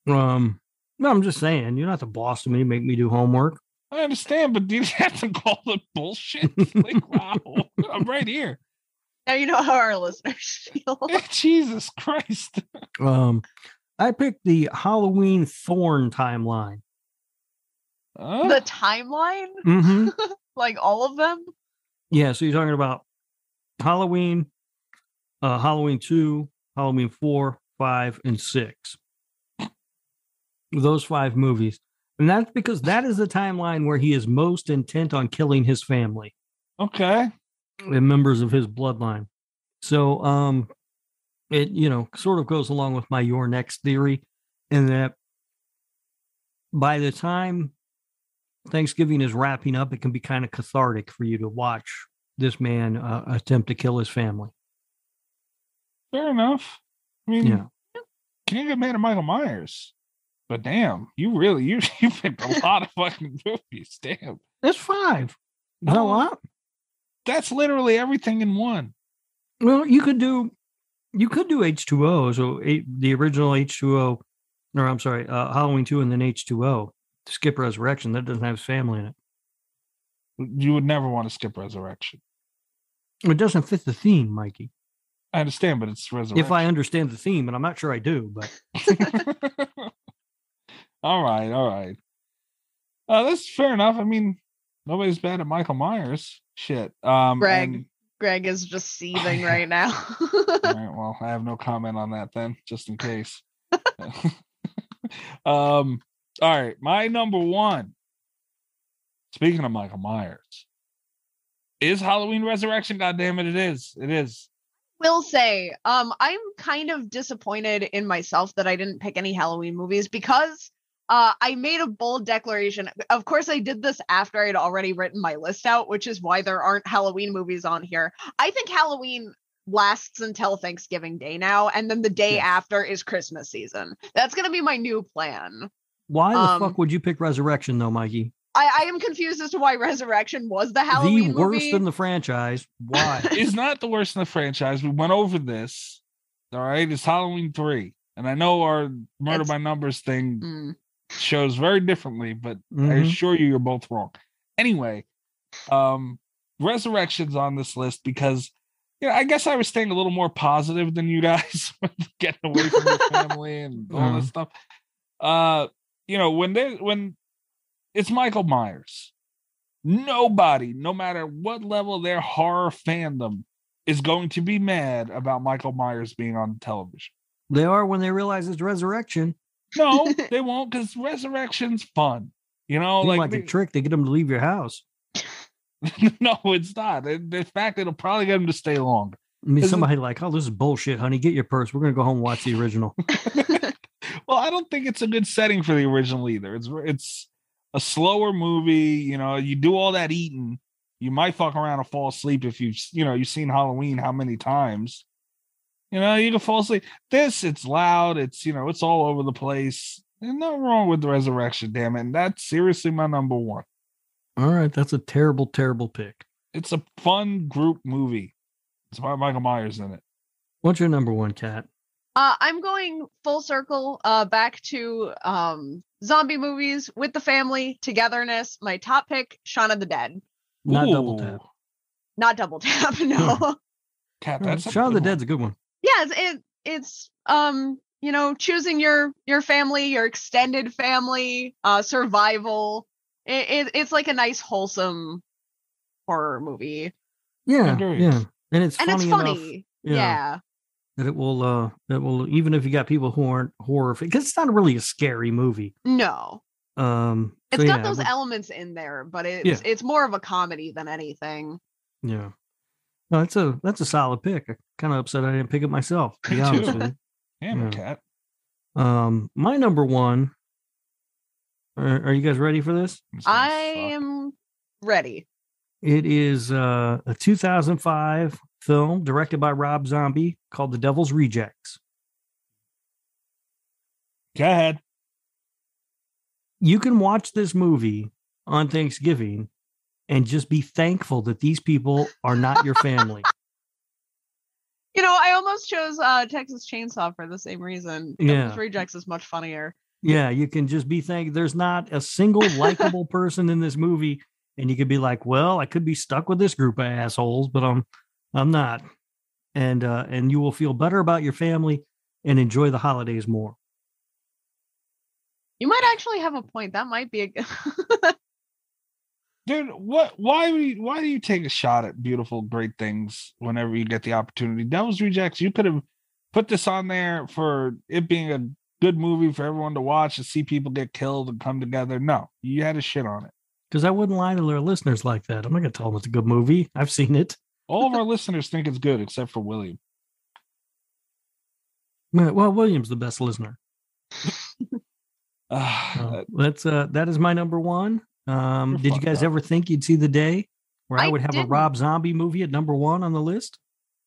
Speaker 7: um. No, I'm just saying, you're not the boss to me. Make me do homework.
Speaker 5: I understand, but do you have to call it bullshit? like, wow, I'm right here.
Speaker 6: Now you know how our listeners feel.
Speaker 5: Jesus Christ.
Speaker 7: Um, I picked the Halloween Thorn timeline.
Speaker 6: the timeline,
Speaker 7: hmm
Speaker 6: like all of them.
Speaker 7: Yeah, so you're talking about Halloween, uh, Halloween two, Halloween four, five, and six. Those five movies, and that's because that is the timeline where he is most intent on killing his family
Speaker 5: okay.
Speaker 7: and members of his bloodline. So, um, it you know sort of goes along with my your next theory, in that by the time Thanksgiving is wrapping up, it can be kind of cathartic for you to watch this man uh, attempt to kill his family.
Speaker 5: Fair enough. I mean,
Speaker 7: Yeah.
Speaker 5: can you get mad at Michael Myers? But damn, you really you you picked a lot of fucking movies. Damn,
Speaker 7: That's five. Not a lot.
Speaker 5: that's literally everything in one.
Speaker 7: Well, you could do, you could do H two O. So eight, the original H two O, or I'm sorry, uh, Halloween two, and then H two O. Skip Resurrection. That doesn't have his family in it.
Speaker 5: You would never want to skip Resurrection.
Speaker 7: It doesn't fit the theme, Mikey.
Speaker 5: I understand, but it's Resurrection.
Speaker 7: If I understand the theme, and I'm not sure I do, but
Speaker 5: all right, all right. Uh, that's fair enough. I mean, nobody's bad at Michael Myers. Shit. Um,
Speaker 6: Greg.
Speaker 5: and-
Speaker 6: Greg is just seething right now.
Speaker 5: all right, well, I have no comment on that then, just in case. um, all right, my number one. Speaking of Michael Myers, is Halloween Resurrection? God damn it, it is. It is.
Speaker 6: will say, um, I'm kind of disappointed in myself that I didn't pick any Halloween movies because uh, I made a bold declaration. Of course, I did this after I had already written my list out, which is why there aren't Halloween movies on here. I think Halloween lasts until Thanksgiving Day now, and then the day after is Christmas season. That's going to be my new plan.
Speaker 7: why the
Speaker 6: Um,
Speaker 7: fuck would you pick Resurrection though, Mikey?
Speaker 6: I, I am confused as to why Resurrection was the Halloween
Speaker 7: the worst
Speaker 6: movie.
Speaker 7: in the franchise. Why?
Speaker 5: It's not the worst in the franchise. We went over this. All right, it's Halloween three, and I know our murder by numbers thing
Speaker 6: Mm.
Speaker 5: shows very differently, but I
Speaker 7: Mhm.
Speaker 5: assure you, you're both wrong. Anyway, um, Resurrection's on this list because, you know, I guess I was staying a little more positive than you guys, with getting away from your family and all
Speaker 7: Mhm.
Speaker 5: this stuff. Uh, you know, when they when it's Michael Myers, nobody, no matter what level of their horror fandom, is going to be mad about Michael Myers being on television.
Speaker 7: They are when they realize it's Resurrection.
Speaker 5: No, they won't, because Resurrection's fun. You know,
Speaker 7: Seems
Speaker 5: Oh, like,
Speaker 7: like,
Speaker 5: they-
Speaker 7: a trick to get them to leave your house.
Speaker 5: no, it's not. In in fact, it'll probably get him to stay longer.
Speaker 7: I mean,
Speaker 5: Is it-
Speaker 7: somebody like, oh, this is bullshit, honey. Get your purse. We're gonna go home and watch the original.
Speaker 5: Well, I don't think it's a good setting for the original either. It's it's a slower movie, you know, you do all that eating, you might fuck around and fall asleep if you've you know you've seen Halloween how many times. You know, you can fall asleep. This, it's loud, it's you know, it's all over the place. There's nothing wrong with the resurrection, damn it. And that's seriously my number one.
Speaker 7: All right, that's a terrible, terrible pick.
Speaker 5: It's a fun group movie. It's about Michael Myers in it.
Speaker 7: What's your number one, cat?
Speaker 6: Uh, I'm going full circle uh, back to um, zombie movies with the family, togetherness. My top pick, Shaun of the Dead.
Speaker 7: Not double tap.
Speaker 6: Not Double Tap,
Speaker 7: Hmm.
Speaker 6: no.
Speaker 5: Cat,
Speaker 7: All right,
Speaker 5: that's a
Speaker 7: Shaun of the
Speaker 5: good
Speaker 7: Dead's a good one.
Speaker 6: yes, it, it's, um, you know, choosing your your family, your extended family, uh, survival. It, it, it's like a nice, wholesome horror movie.
Speaker 7: Yeah,
Speaker 5: agree.
Speaker 7: yeah, and it's
Speaker 6: and
Speaker 7: funny
Speaker 6: it's
Speaker 7: enough
Speaker 6: funny.
Speaker 7: yeah.
Speaker 6: yeah.
Speaker 7: that it will uh that will even if you got people who aren't horror because it's not really a scary movie.
Speaker 6: No.
Speaker 7: Um,
Speaker 6: it's
Speaker 7: so
Speaker 6: got
Speaker 7: yeah,
Speaker 6: those
Speaker 7: but-
Speaker 6: elements in there, but it's it's more of a comedy than anything.
Speaker 7: yeah. No, that's a that's a solid pick. I'm kind of upset I didn't pick it myself. To be
Speaker 5: Me
Speaker 7: honest
Speaker 5: too.
Speaker 7: with
Speaker 5: Damn it,
Speaker 7: Yeah.
Speaker 5: cat.
Speaker 7: you. Um, my number one. Are, are you guys ready for this?
Speaker 5: It's gonna
Speaker 6: I
Speaker 5: suck.
Speaker 6: am ready.
Speaker 7: It is uh, a 2005 film directed by Rob Zombie called The Devil's Rejects.
Speaker 5: Go ahead.
Speaker 7: You can watch this movie on Thanksgiving and just be thankful that these people are not your family.
Speaker 6: You know, I almost chose uh, Texas Chainsaw for the same reason. Devil's
Speaker 7: Yeah.
Speaker 6: Rejects is much funnier.
Speaker 7: yeah, you can just be thankful. There's not a single likable person in this movie, and you could be like, "Well, I could be stuck with this group of assholes, but I'm, I'm not." And uh, and you will feel better about your family and enjoy the holidays more.
Speaker 6: You might actually have a point. That might be a good.
Speaker 5: Dude, what why would you, why do you take a shot at beautiful great things whenever you get the opportunity? Devil's Rejects, you could have put this on there for it being a good movie for everyone to watch to see people get killed and come together. No, you had a shit on it.
Speaker 7: Because I wouldn't lie to their listeners like that. I'm not going to tell them it's a good movie. I've seen it.
Speaker 5: All of our listeners think it's good except for William.
Speaker 7: Yeah, Well, William's the best listener.
Speaker 5: Uh,
Speaker 7: Uh, that's uh, that is my number one. Um,
Speaker 5: You're
Speaker 7: did you
Speaker 5: fucked
Speaker 7: guys
Speaker 5: up.
Speaker 7: ever think you'd see the day where I,
Speaker 6: I
Speaker 7: would have
Speaker 6: didn't.
Speaker 7: a Rob Zombie movie at number one on the list?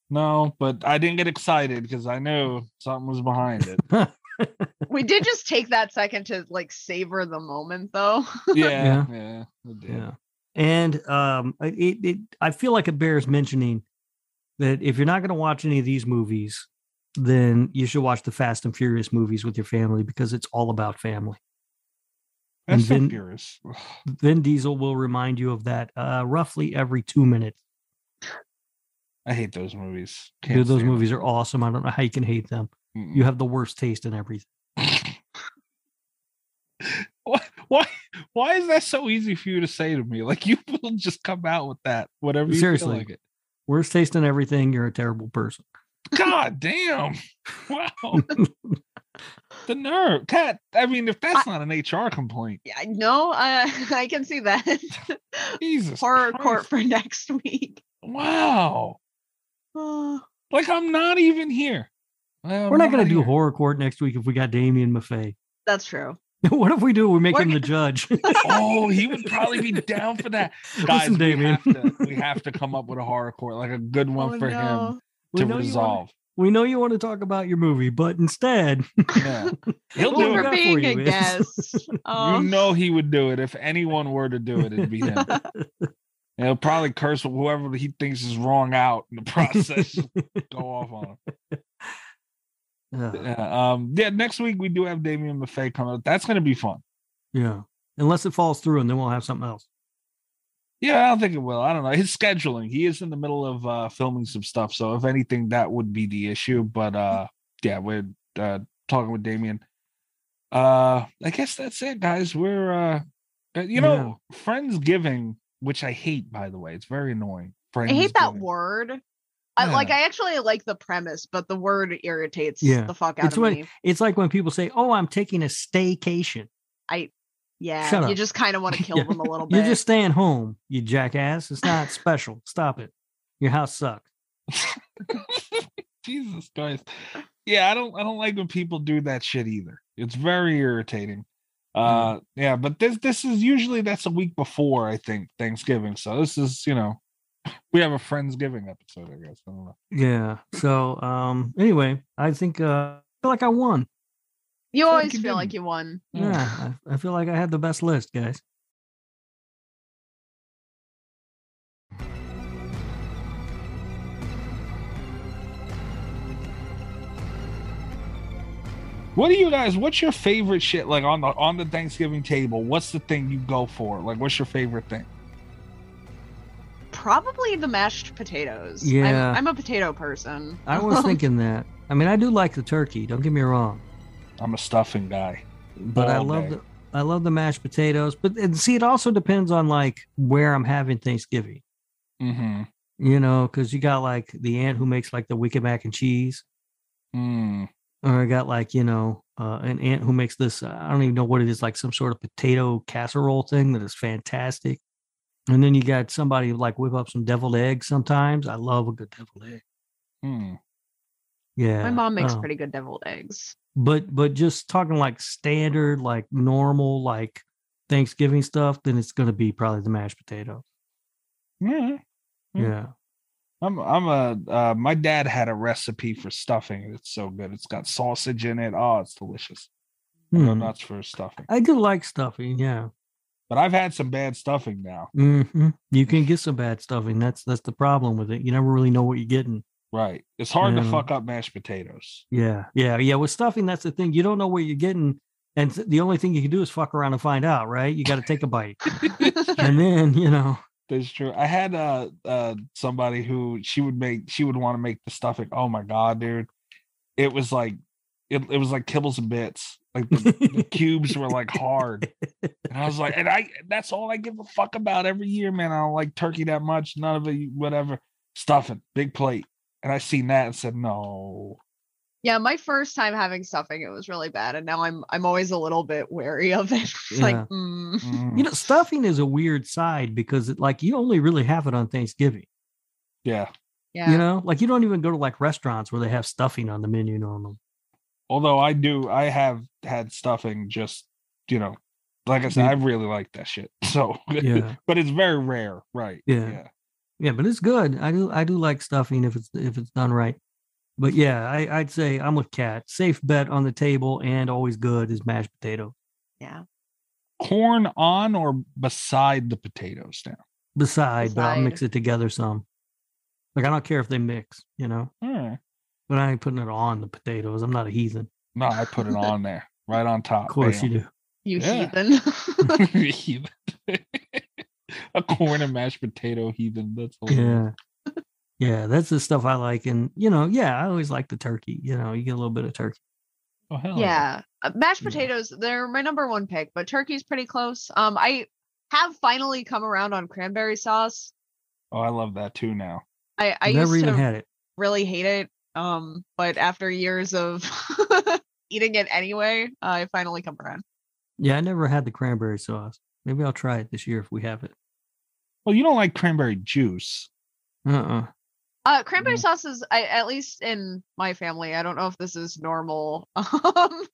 Speaker 5: no, but I didn't get excited because I knew something was behind it.
Speaker 6: we did just take that second to like savor the moment, though.
Speaker 5: Yeah, yeah, it did.
Speaker 7: Yeah. And um, I- it, it, I feel like it bears mentioning that if you're not going to watch any of these movies, then you should watch the Fast and Furious movies with your family because it's all about family. And
Speaker 5: That's so
Speaker 7: then-
Speaker 5: furious.
Speaker 7: Vin Diesel will remind you of that uh, roughly every two minutes.
Speaker 5: I hate those movies. Can't
Speaker 7: Dude, those
Speaker 5: stand them.
Speaker 7: movies are awesome. I don't know how you can hate them.
Speaker 5: Mm-mm.
Speaker 7: You have the worst taste in everything.
Speaker 5: why, why why is that so easy for you to say to me? Like you will just come out with that whatever you
Speaker 7: Seriously.
Speaker 5: feel like it.
Speaker 7: Worst taste in everything. You're a terrible person.
Speaker 5: God damn! Wow, the nerve, Cat. I mean, if that's not an HR complaint,
Speaker 6: Yeah, I know. I I can see that
Speaker 5: Jesus,
Speaker 6: horror
Speaker 5: Christ.
Speaker 6: court for next week.
Speaker 5: Wow,
Speaker 6: Oh,
Speaker 5: like I'm not even here. Well,
Speaker 7: We're not going to do
Speaker 5: here.
Speaker 7: horror court next week if we got Damien Maffei.
Speaker 6: that's true.
Speaker 7: what if we do? We make
Speaker 6: We're
Speaker 7: him the judge.
Speaker 5: Oh, he would probably be down for that. Guys,
Speaker 7: Listen,
Speaker 5: we,
Speaker 7: Damien.
Speaker 5: have to, we have to come up with a horror court, like a good one
Speaker 6: Oh,
Speaker 5: for
Speaker 6: no.
Speaker 5: him to
Speaker 7: know you wanna-
Speaker 5: resolve.
Speaker 7: we know you want to talk about your movie, but instead,
Speaker 5: Yeah. He'll
Speaker 7: What
Speaker 5: do it.
Speaker 7: we
Speaker 6: for
Speaker 7: got for
Speaker 6: being
Speaker 7: you
Speaker 6: a
Speaker 7: is-
Speaker 6: guest. Oh.
Speaker 5: You know he would do it. If anyone were to do it, it'd be him. And he'll probably curse whoever he thinks is wrong out in the process. Just go off on him.
Speaker 7: uh,
Speaker 5: Yeah, um, yeah, next week we do have Damien Maffei come out. That's gonna be fun.
Speaker 7: yeah, unless it falls through and then we'll have something else.
Speaker 5: Yeah, I don't think it will. I don't know. His scheduling. He is in the middle of uh filming some stuff. So if anything, that would be the issue. But uh yeah, we're uh talking with Damien. Uh I guess that's it, guys. We're uh you know, Friendsgiving, which I hate by the way, it's very annoying.
Speaker 6: I hate that
Speaker 5: Friendsgiving.
Speaker 6: word. I like
Speaker 5: Yeah.
Speaker 6: I actually like the premise, but the word irritates
Speaker 7: Yeah.
Speaker 6: the fuck out
Speaker 7: It's
Speaker 6: of
Speaker 7: when
Speaker 6: me.
Speaker 7: it's like when people say, "Oh, I'm taking a staycation."
Speaker 6: Yeah.
Speaker 7: Shut
Speaker 6: you
Speaker 7: up.
Speaker 6: just kind of want to kill
Speaker 7: Yeah.
Speaker 6: them a little bit.
Speaker 7: You're just staying home, you jackass. It's not special. Stop it. Your house sucks.
Speaker 5: Jesus Christ. Yeah, I don't I don't like when people do that shit either. It's very irritating. Uh, yeah, but this this is usually that's a week before I think Thanksgiving. So this is you know, we have a Friendsgiving episode, I guess. I don't know.
Speaker 7: Yeah. So um anyway, I think uh I feel like I won.
Speaker 6: You always feel like you won.
Speaker 5: Mm.
Speaker 7: Yeah. I, I feel like I had the best list, guys.
Speaker 5: What do you guys? What's your favorite shit? Like on the on the Thanksgiving table, what's the thing you go for? Like, what's your favorite thing?
Speaker 6: Probably the mashed potatoes.
Speaker 7: Yeah.
Speaker 6: I'm, I'm a potato person.
Speaker 7: I was thinking that. I mean, I do like the turkey. Don't get me wrong.
Speaker 5: I'm a stuffing guy,
Speaker 7: but I
Speaker 6: Oh,
Speaker 5: All
Speaker 7: love
Speaker 5: day.
Speaker 7: the I love the mashed potatoes. But and see, it also depends on like where I'm having Thanksgiving.
Speaker 5: Mm-hmm.
Speaker 7: You know, because you got like the aunt who makes like the wicked mac and cheese,
Speaker 5: Mm.
Speaker 7: or I got like you know uh, an aunt who makes this. uh, I don't even know what it is, like some sort of potato casserole thing that is fantastic. And then you got somebody who, like whip up some deviled eggs. Sometimes I love a good deviled egg.
Speaker 5: Mm.
Speaker 7: Yeah,
Speaker 6: My mom makes
Speaker 7: um,
Speaker 6: pretty good deviled eggs.
Speaker 7: but but just talking like standard like normal like thanksgiving stuff then it's going to be probably the mashed potato
Speaker 5: Yeah. Mm.
Speaker 7: yeah
Speaker 5: I'm I'm a uh, my dad had a recipe for stuffing. and It's so good. It's got sausage in it. Oh, it's delicious. I go
Speaker 7: Hmm.
Speaker 5: nuts for stuffing.
Speaker 7: i do like stuffing yeah
Speaker 5: But I've had some bad stuffing now.
Speaker 7: hmm you can get some bad stuffing that's that's the problem with it you never really know what you're getting
Speaker 5: Right. It's hard to
Speaker 7: Yeah.
Speaker 5: fuck up mashed potatoes.
Speaker 7: yeah yeah yeah with stuffing that's the thing you don't know what you're getting and th- the only thing you can do is fuck around and find out right you got to take a bite and then you know
Speaker 5: That's true. I had uh uh somebody who she would make she would want to make the stuffing. Oh my god, dude. It was like it, it was like kibbles and bits. Like the, the cubes were like hard. And I was like, and I that's all I give a fuck about every year, man. I don't like turkey that much, none of it, whatever. Stuffing, big plate. And I seen that and said, No.
Speaker 6: Yeah, my first time having stuffing, it was really bad, and now I'm I'm always a little bit wary of it. It's like,
Speaker 7: Yeah.
Speaker 6: mm.
Speaker 7: you know stuffing is a weird side because it like you only really have it on thanksgiving
Speaker 5: Yeah.
Speaker 6: yeah,
Speaker 7: You know, like you don't even go to like restaurants where they have stuffing on the menu normally.
Speaker 5: Although I do I have had stuffing just, you know, like I said,
Speaker 7: Yeah.
Speaker 5: I really like that shit. So
Speaker 7: Yeah.
Speaker 5: but it's very rare, right?
Speaker 7: Yeah. Yeah, but it's good. I do I do like stuffing if it's if it's done right. But yeah, I, I'd say I'm with Cat. Safe bet on the table and always good is mashed potato.
Speaker 6: yeah.
Speaker 5: corn on or beside the potatoes now.
Speaker 7: Beside, but I'll
Speaker 6: Beside.
Speaker 7: mix it together some. Like I don't care if they mix, you know.
Speaker 5: All right.
Speaker 7: But I ain't putting it on the potatoes. I'm not a heathen.
Speaker 5: No, I put it on there, right on top.
Speaker 7: Of course
Speaker 5: Bam.
Speaker 7: you do.
Speaker 6: You
Speaker 5: Yeah.
Speaker 6: heathen.
Speaker 5: Heathen. a corn and mashed potato heathen. That's hilarious.
Speaker 7: Yeah. Yeah, that's the stuff I like. And you know, yeah, I always like the turkey. You know, you get a little bit of turkey.
Speaker 5: Oh hell
Speaker 6: yeah, Uh, mashed
Speaker 7: Yeah.
Speaker 6: potatoes. They're my number one pick, but turkey's pretty close. Um, I have finally come around on cranberry sauce.
Speaker 5: Oh, I love that too now.
Speaker 6: I I
Speaker 7: Never
Speaker 6: used
Speaker 7: even
Speaker 6: to
Speaker 7: had it.
Speaker 6: really hate it. Um, but after years of eating it anyway, I finally come around.
Speaker 7: Yeah, I never had the cranberry sauce. Maybe I'll try it this year if we have it.
Speaker 5: Well, you don't like cranberry juice.
Speaker 7: Uh-uh.
Speaker 6: Uh, cranberry
Speaker 5: Yeah.
Speaker 6: sauce is, I, at least in my family, I don't know if this is normal, um,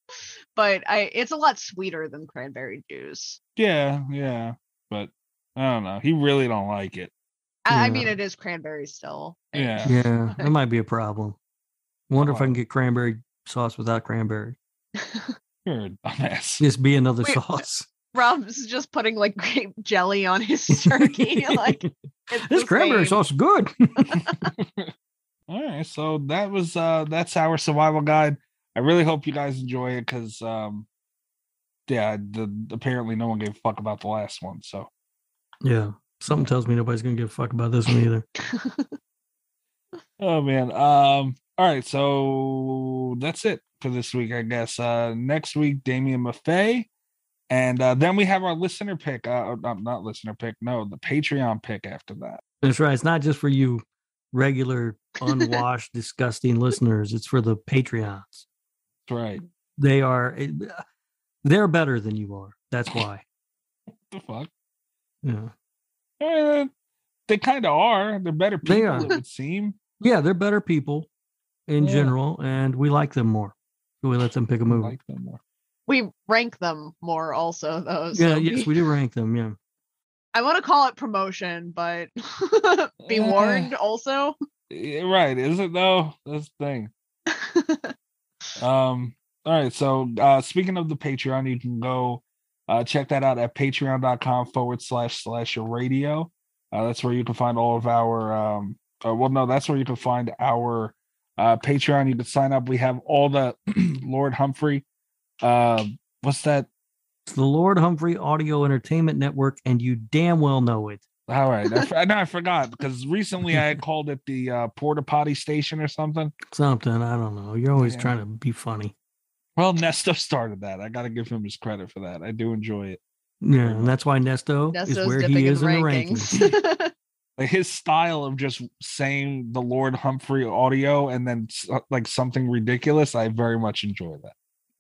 Speaker 6: but I it's a lot sweeter than cranberry juice.
Speaker 5: Yeah, yeah. But I don't know. He really don't like it.
Speaker 6: I, I
Speaker 7: Yeah.
Speaker 6: mean, it is cranberry still. but-
Speaker 5: Yeah.
Speaker 7: Yeah, that might be a problem. Wonder if I
Speaker 5: Wow.
Speaker 7: can get cranberry sauce without cranberry.
Speaker 5: You're a dumbass.
Speaker 7: Just be another
Speaker 6: Wait,
Speaker 7: sauce.
Speaker 6: Rob's just putting like grape jelly on his turkey. like it's
Speaker 7: this
Speaker 6: the
Speaker 7: cranberry
Speaker 6: same.
Speaker 7: sauce is good.
Speaker 5: All right, so that was uh that's our survival guide. I really hope you guys enjoy it because um yeah, the, apparently no one gave a fuck about the last one. So
Speaker 7: yeah, something tells me nobody's gonna give a fuck about this one either.
Speaker 5: Oh man. Um all right, so that's it for this week, I guess. Uh next week, Damian Maffei. And uh then we have our listener pick. Uh not, not listener pick, no, the Patreon pick after that.
Speaker 7: That's right. It's not just for you, regular, unwashed, disgusting listeners. It's for the Patreons.
Speaker 5: That's right.
Speaker 7: They are, it- they're better than you are. That's why.
Speaker 5: the fuck?
Speaker 7: Yeah,
Speaker 5: Eh, they kind of are. They're better people,
Speaker 7: They are.
Speaker 5: it would seem.
Speaker 7: yeah, they're better people in
Speaker 5: Yeah.
Speaker 7: general, and we like them more. So we let them pick a
Speaker 5: I
Speaker 7: movie.
Speaker 5: like them more.
Speaker 6: we rank them more also though.
Speaker 7: yeah,
Speaker 6: so
Speaker 7: yes, we do rank them. Yeah.
Speaker 6: I want to call it promotion, but be
Speaker 7: Uh-huh.
Speaker 5: Uh.
Speaker 6: warned also.
Speaker 5: Yeah, Eh, right, is it though? That's the thing. um, all right, so uh speaking of the Patreon, you can go uh check that out at patreon.com forward slash slash radio. Uh that's where you can find all of our um uh, well no, that's where you can find our uh Patreon. You can sign up. We have all the Lord Humphrey. Uh what's that?
Speaker 7: It's the Lord Humphrey Audio Entertainment Network, and you damn well know it.
Speaker 5: All right. I, f- I know I forgot because recently I had called it the uh porta potty station or something.
Speaker 7: Something, I don't know. You're always
Speaker 5: Yeah.
Speaker 7: trying to be funny.
Speaker 5: Well, Nesto started that. I got to give him his credit for that. I do enjoy it.
Speaker 7: Yeah, and that's why Nesto is
Speaker 6: Nesto's
Speaker 7: where
Speaker 6: dipping
Speaker 7: he
Speaker 6: in
Speaker 7: is in the
Speaker 6: rankings.
Speaker 7: rankings.
Speaker 5: Like his style of just saying the Lord Humphrey audio and then s- uh, like something ridiculous, I very much enjoy that.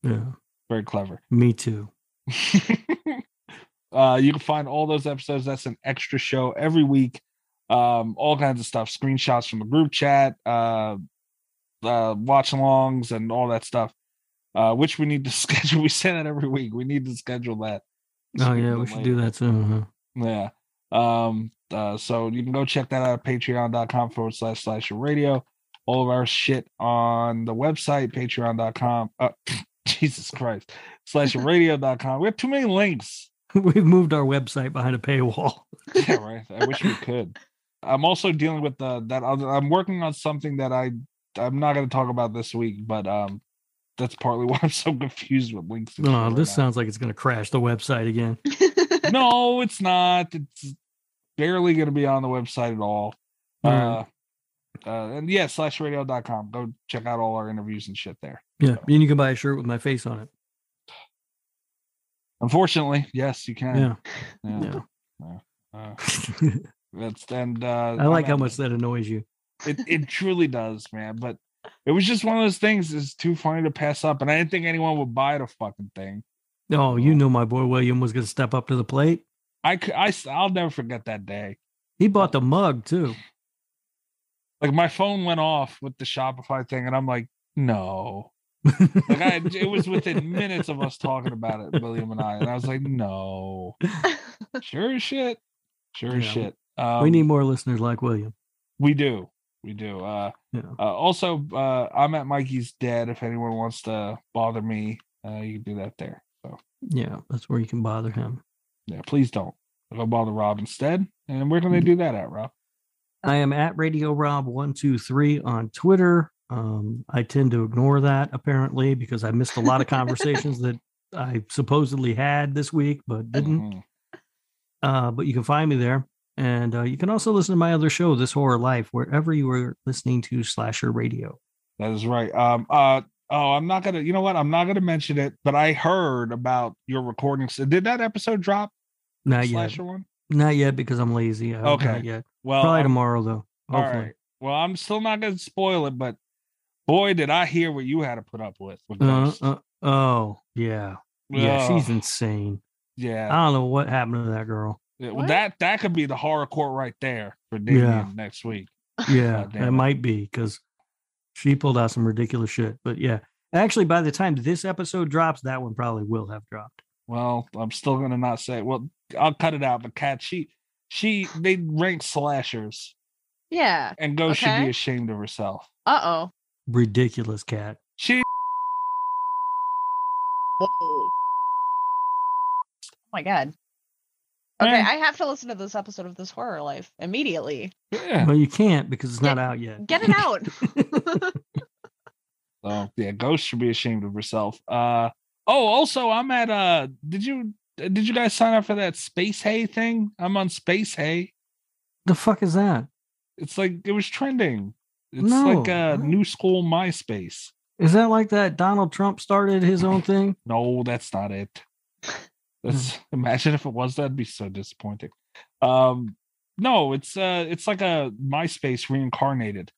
Speaker 7: yeah,
Speaker 5: Very clever.
Speaker 7: me too.
Speaker 5: Uh, you can find all those episodes. That's an extra show every week. Um, all kinds of stuff, screenshots from the group chat, uh, uh, watch alongs, and all that stuff. Uh, which we need to schedule. We say that every week. We need to schedule that.
Speaker 7: Oh yeah, we should do that soon. Huh?
Speaker 5: Yeah. Um, uh, so you can go check that out at patreon.com forward slash slash your radio. All of our shit on the website, patreon.com. Uh, Jesus Christ, slash your radio.com. We have too many links.
Speaker 7: We've moved our website behind a paywall. Oh,
Speaker 5: Yeah, right. I wish we could. I'm also dealing with the that other, I'm working on something that I I'm not going to talk about this week, but um, that's partly why I'm so confused with links. and shit
Speaker 7: No,
Speaker 5: right
Speaker 7: this
Speaker 5: now.
Speaker 7: sounds like it's going to crash the website again.
Speaker 5: no, it's not. It's barely going to be on the website at all.
Speaker 7: Alright.
Speaker 5: Uh, uh, and yeah, slash radio.com. Go check out all our interviews and shit there.
Speaker 7: Yeah, and you can buy a shirt with my face on it.
Speaker 5: Unfortunately, yes, you can.
Speaker 7: Yeah.
Speaker 5: Yeah.
Speaker 7: Yeah.
Speaker 5: Yeah. Uh, that's and uh,
Speaker 7: I like how
Speaker 5: I'm-
Speaker 7: much that annoys you.
Speaker 5: it, it truly does, man. But it was just one of those things that's too funny to pass up. And I didn't think anyone would buy the fucking thing.
Speaker 7: Oh, you know my boy William was going to step up to the plate.
Speaker 5: I, cou- I, will never forget that day.
Speaker 7: He bought the mug too.
Speaker 5: Like my phone went off with the Shopify thing, and I'm like, no. like I, it was within minutes of us talking about it, William and I, and I was like, no, sure as shit, sure as
Speaker 7: Yeah.
Speaker 5: shit. Um,
Speaker 7: we need more listeners like William.
Speaker 5: we do, we do. Uh,
Speaker 7: Yeah.
Speaker 5: uh, also, uh, I'm at Mikey's Dead. If anyone wants to bother me, uh, you can do that there. So
Speaker 7: Yeah, that's where you can bother him.
Speaker 5: yeah, please don't go bother Rob instead. And where can they do that at, Rob?
Speaker 7: I am at Radio Rob one two three on Twitter. Um, I tend to ignore that apparently because I missed a lot of conversations that I supposedly had this week but didn't.
Speaker 5: Mhm.
Speaker 7: Uh, but you can find me there, and uh, you can also listen to my other show, This Horror Life, wherever you are listening to Slasher Radio.
Speaker 5: That is right. Um. Uh. Oh, I'm not gonna. You know what? I'm not gonna mention it. But I heard about your recordings. Did that episode drop?
Speaker 7: Not
Speaker 5: The
Speaker 7: yet,
Speaker 5: Slasher one.
Speaker 7: not yet because I'm lazy. Uh,
Speaker 5: Okay.
Speaker 7: not yet.
Speaker 5: Well,
Speaker 7: Probably
Speaker 5: I'm-
Speaker 7: tomorrow though.
Speaker 5: All
Speaker 7: Hopefully.
Speaker 5: right. Well, I'm still not gonna spoil it, but boy, did I hear what you had to put up with. with
Speaker 7: Uh,
Speaker 5: Ghost.
Speaker 7: uh, oh yeah, yeah. She's Uh,
Speaker 5: Ugh,
Speaker 7: insane.
Speaker 5: yeah.
Speaker 7: I don't know what happened to that girl.
Speaker 5: Yeah, well, that that could be the horror court right there for Damien
Speaker 7: Yeah.
Speaker 5: next week.
Speaker 7: Yeah,
Speaker 5: God damn
Speaker 7: that
Speaker 5: it.
Speaker 7: might be because she pulled out some ridiculous shit. But yeah, actually, by the time this episode drops, that one probably will have dropped.
Speaker 5: Well, I'm still gonna not say. it. Well, I'll cut it out. But Kat, she she they rank slashers,
Speaker 6: yeah.
Speaker 5: and Ghost should
Speaker 6: Okay.
Speaker 5: be ashamed of herself.
Speaker 6: Uh
Speaker 7: Ridiculous cat.
Speaker 5: She
Speaker 6: oh. Oh my god. Okay,
Speaker 7: Eh.
Speaker 5: Yeah.
Speaker 6: I have to listen to this episode of This Horror Life immediately.
Speaker 5: yeah.
Speaker 7: Well, you can't because it's not out yet.
Speaker 6: Get it out.
Speaker 5: So yeah, Ghost should be ashamed of herself. Uh oh, also I'm at uh did you did you guys sign up for that space hay thing? I'm on space hay.
Speaker 7: the fuck is that?
Speaker 5: It's like it was trending. It's like
Speaker 7: No.
Speaker 5: uh new school MySpace.
Speaker 7: Is that like that Donald Trump started his own thing?
Speaker 5: No, that's not it.
Speaker 7: Hmm.
Speaker 5: That's imagine if it was that'd be so disappointing. Um no, it's uh it's like a MySpace reincarnated.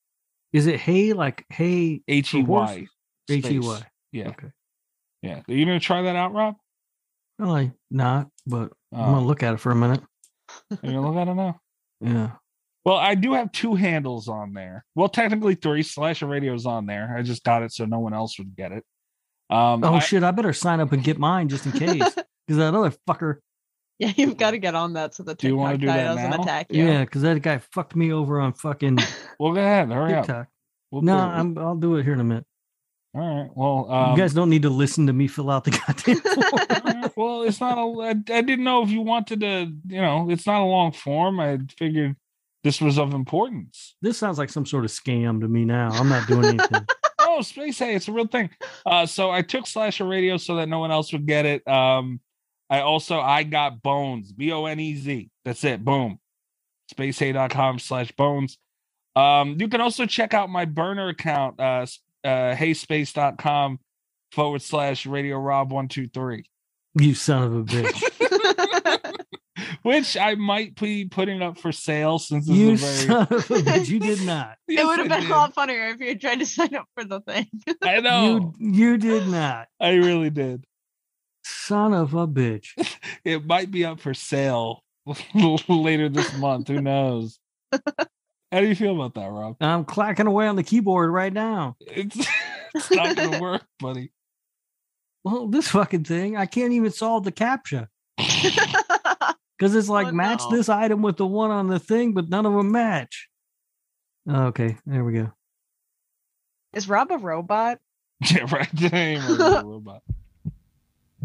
Speaker 7: Is it hay like hay
Speaker 5: H E Y.
Speaker 7: H E Y?
Speaker 5: space. Yeah.
Speaker 7: Okay.
Speaker 5: Yeah. Are you gonna try that out, Rob?
Speaker 7: Probably not, but I'm
Speaker 5: Oh.
Speaker 7: gonna look at it for a minute.
Speaker 5: You're gonna look at it now?
Speaker 7: Yeah.
Speaker 5: Well, I do have two handles on there. Well, technically three. Slasher Radio's on there. I just got it so no one else would get it. Um,
Speaker 7: oh
Speaker 5: I-
Speaker 7: shit! I better sign up and get mine just in case, because that other fucker.
Speaker 6: Yeah, you've got to get on that so the
Speaker 5: Do you wanna
Speaker 6: TikTok
Speaker 5: do
Speaker 6: guy
Speaker 5: that
Speaker 6: doesn't
Speaker 5: now?
Speaker 6: attack you.
Speaker 7: Yeah, because that guy fucked me over on fucking
Speaker 5: Well, go ahead. Hurry up.
Speaker 7: TikTok.
Speaker 5: We'll
Speaker 7: no,
Speaker 5: do it.
Speaker 7: I'm, I'll do it here in a minute.
Speaker 5: All right. Well, um,
Speaker 7: you guys don't need to listen to me fill out the goddamn.
Speaker 5: well, it's not a. I, I didn't know if you wanted to. You know, it's not a long form. I figured this was of importance.
Speaker 7: this sounds like some sort of scam to me now. I'm not doing anything.
Speaker 5: oh, space hey, it's a real thing. Uh, so I took slasher radio so that no one else would get it. Um, I also I got bones, B O N E Z. That's it. Boom. Spacehey.com slash bones. Um, you can also check out my burner account, uh, s- uh heyspace.com forward slash radio rob one two three,
Speaker 7: you son of a bitch.
Speaker 5: which I might be putting up for sale since this
Speaker 7: you
Speaker 5: is a very
Speaker 7: son of a bitch. You did not.
Speaker 5: Yes,
Speaker 6: it would
Speaker 5: I
Speaker 6: have been
Speaker 5: did.
Speaker 6: a lot funnier if you had tried to sign up for the thing.
Speaker 5: I know
Speaker 7: You you did not.
Speaker 5: I really did.
Speaker 7: Son of a bitch.
Speaker 5: it might be up for sale later this month. Who knows? How do you feel about that, Rob?
Speaker 7: I'm clacking away on the keyboard right now.
Speaker 5: It's, it's not going to work, buddy.
Speaker 7: Well, this fucking thing, I can't even solve the captcha. Because it's like
Speaker 6: Oh,
Speaker 7: match
Speaker 6: no.
Speaker 7: this item with the one on the thing, but none of them match. Oh, Okay, there we go.
Speaker 6: Is Rob a robot?
Speaker 5: Yeah, right. I ain't worried about a robot.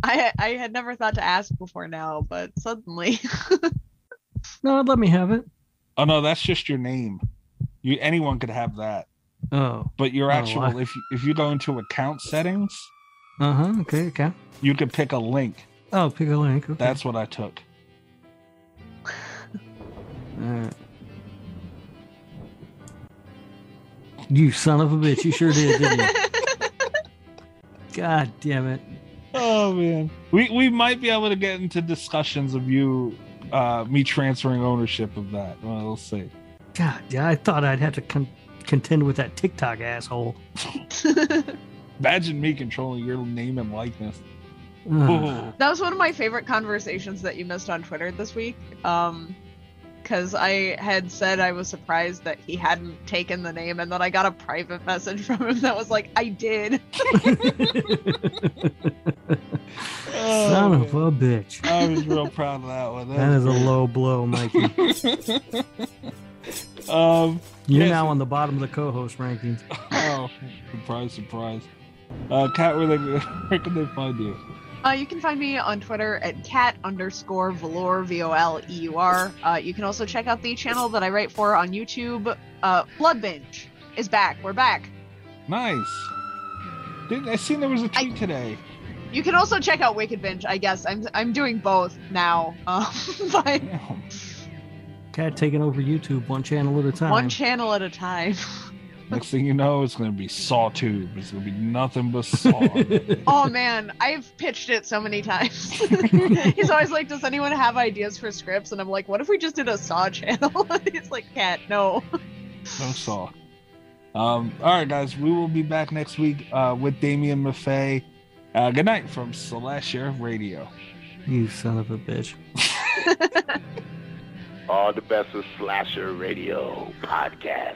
Speaker 6: I I had never thought to ask before now, but suddenly
Speaker 7: No, let me have it.
Speaker 5: Oh no, that's just your name. You anyone could have that,
Speaker 7: Oh,
Speaker 5: but your
Speaker 7: Oh,
Speaker 5: actual
Speaker 7: I-
Speaker 5: if you- if you go into account settings,
Speaker 7: uh huh. Okay, okay.
Speaker 5: you could pick a link.
Speaker 7: Oh, pick a link. Okay.
Speaker 5: That's what I took.
Speaker 7: All right. You son of a bitch. You sure did, didn't you? God damn it.
Speaker 5: Oh man, we we might be able to get into discussions of you, uh, me transferring ownership of that. Well, we'll see.
Speaker 7: God, yeah, I thought I'd have to con- contend with that TikTok asshole.
Speaker 5: Imagine me controlling your name and likeness.
Speaker 7: Ugh.
Speaker 5: Oh,
Speaker 6: that was one of my favorite conversations that you missed on Twitter this week. Um, because I had said I was surprised that he hadn't taken the name, and then I got a private message from him that was like, "I did."
Speaker 7: Son of a bitch.
Speaker 5: I was real proud of that one.
Speaker 7: That is a low blow, Mikey.
Speaker 5: a um.
Speaker 7: You're
Speaker 5: yes,
Speaker 7: now on the bottom of the co-host rankings.
Speaker 5: Oh, surprise, surprise. Uh, Kat, where, they, where can they find you?
Speaker 6: Uh, you can find me on Twitter at cat underscore velour v o l e u r. Uh, you can also check out the channel that I write for on YouTube. Uh, Blood Binge is back. We're back.
Speaker 5: Nice. Did I seen there was a tweet today?
Speaker 6: You can also check out Wicked Binge. I guess I'm I'm doing both now. Um, but
Speaker 5: Damn.
Speaker 7: Cat taking over YouTube one channel at a time.
Speaker 6: one channel at a time.
Speaker 5: Next thing you know, it's gonna be sawtube. It's gonna be nothing but saw.
Speaker 6: Oh man, I've pitched it so many times. He's always like, "Does anyone have ideas for scripts?" And I'm like, "What if we just did a Saw channel?" He's like, "Cat, no."
Speaker 5: No saw. Um, all right, guys, we will be back next week uh, with Damian Maffei. Uh, good night from Slasher Radio.
Speaker 7: you son of a bitch.
Speaker 13: All the best of Slasher Radio podcast.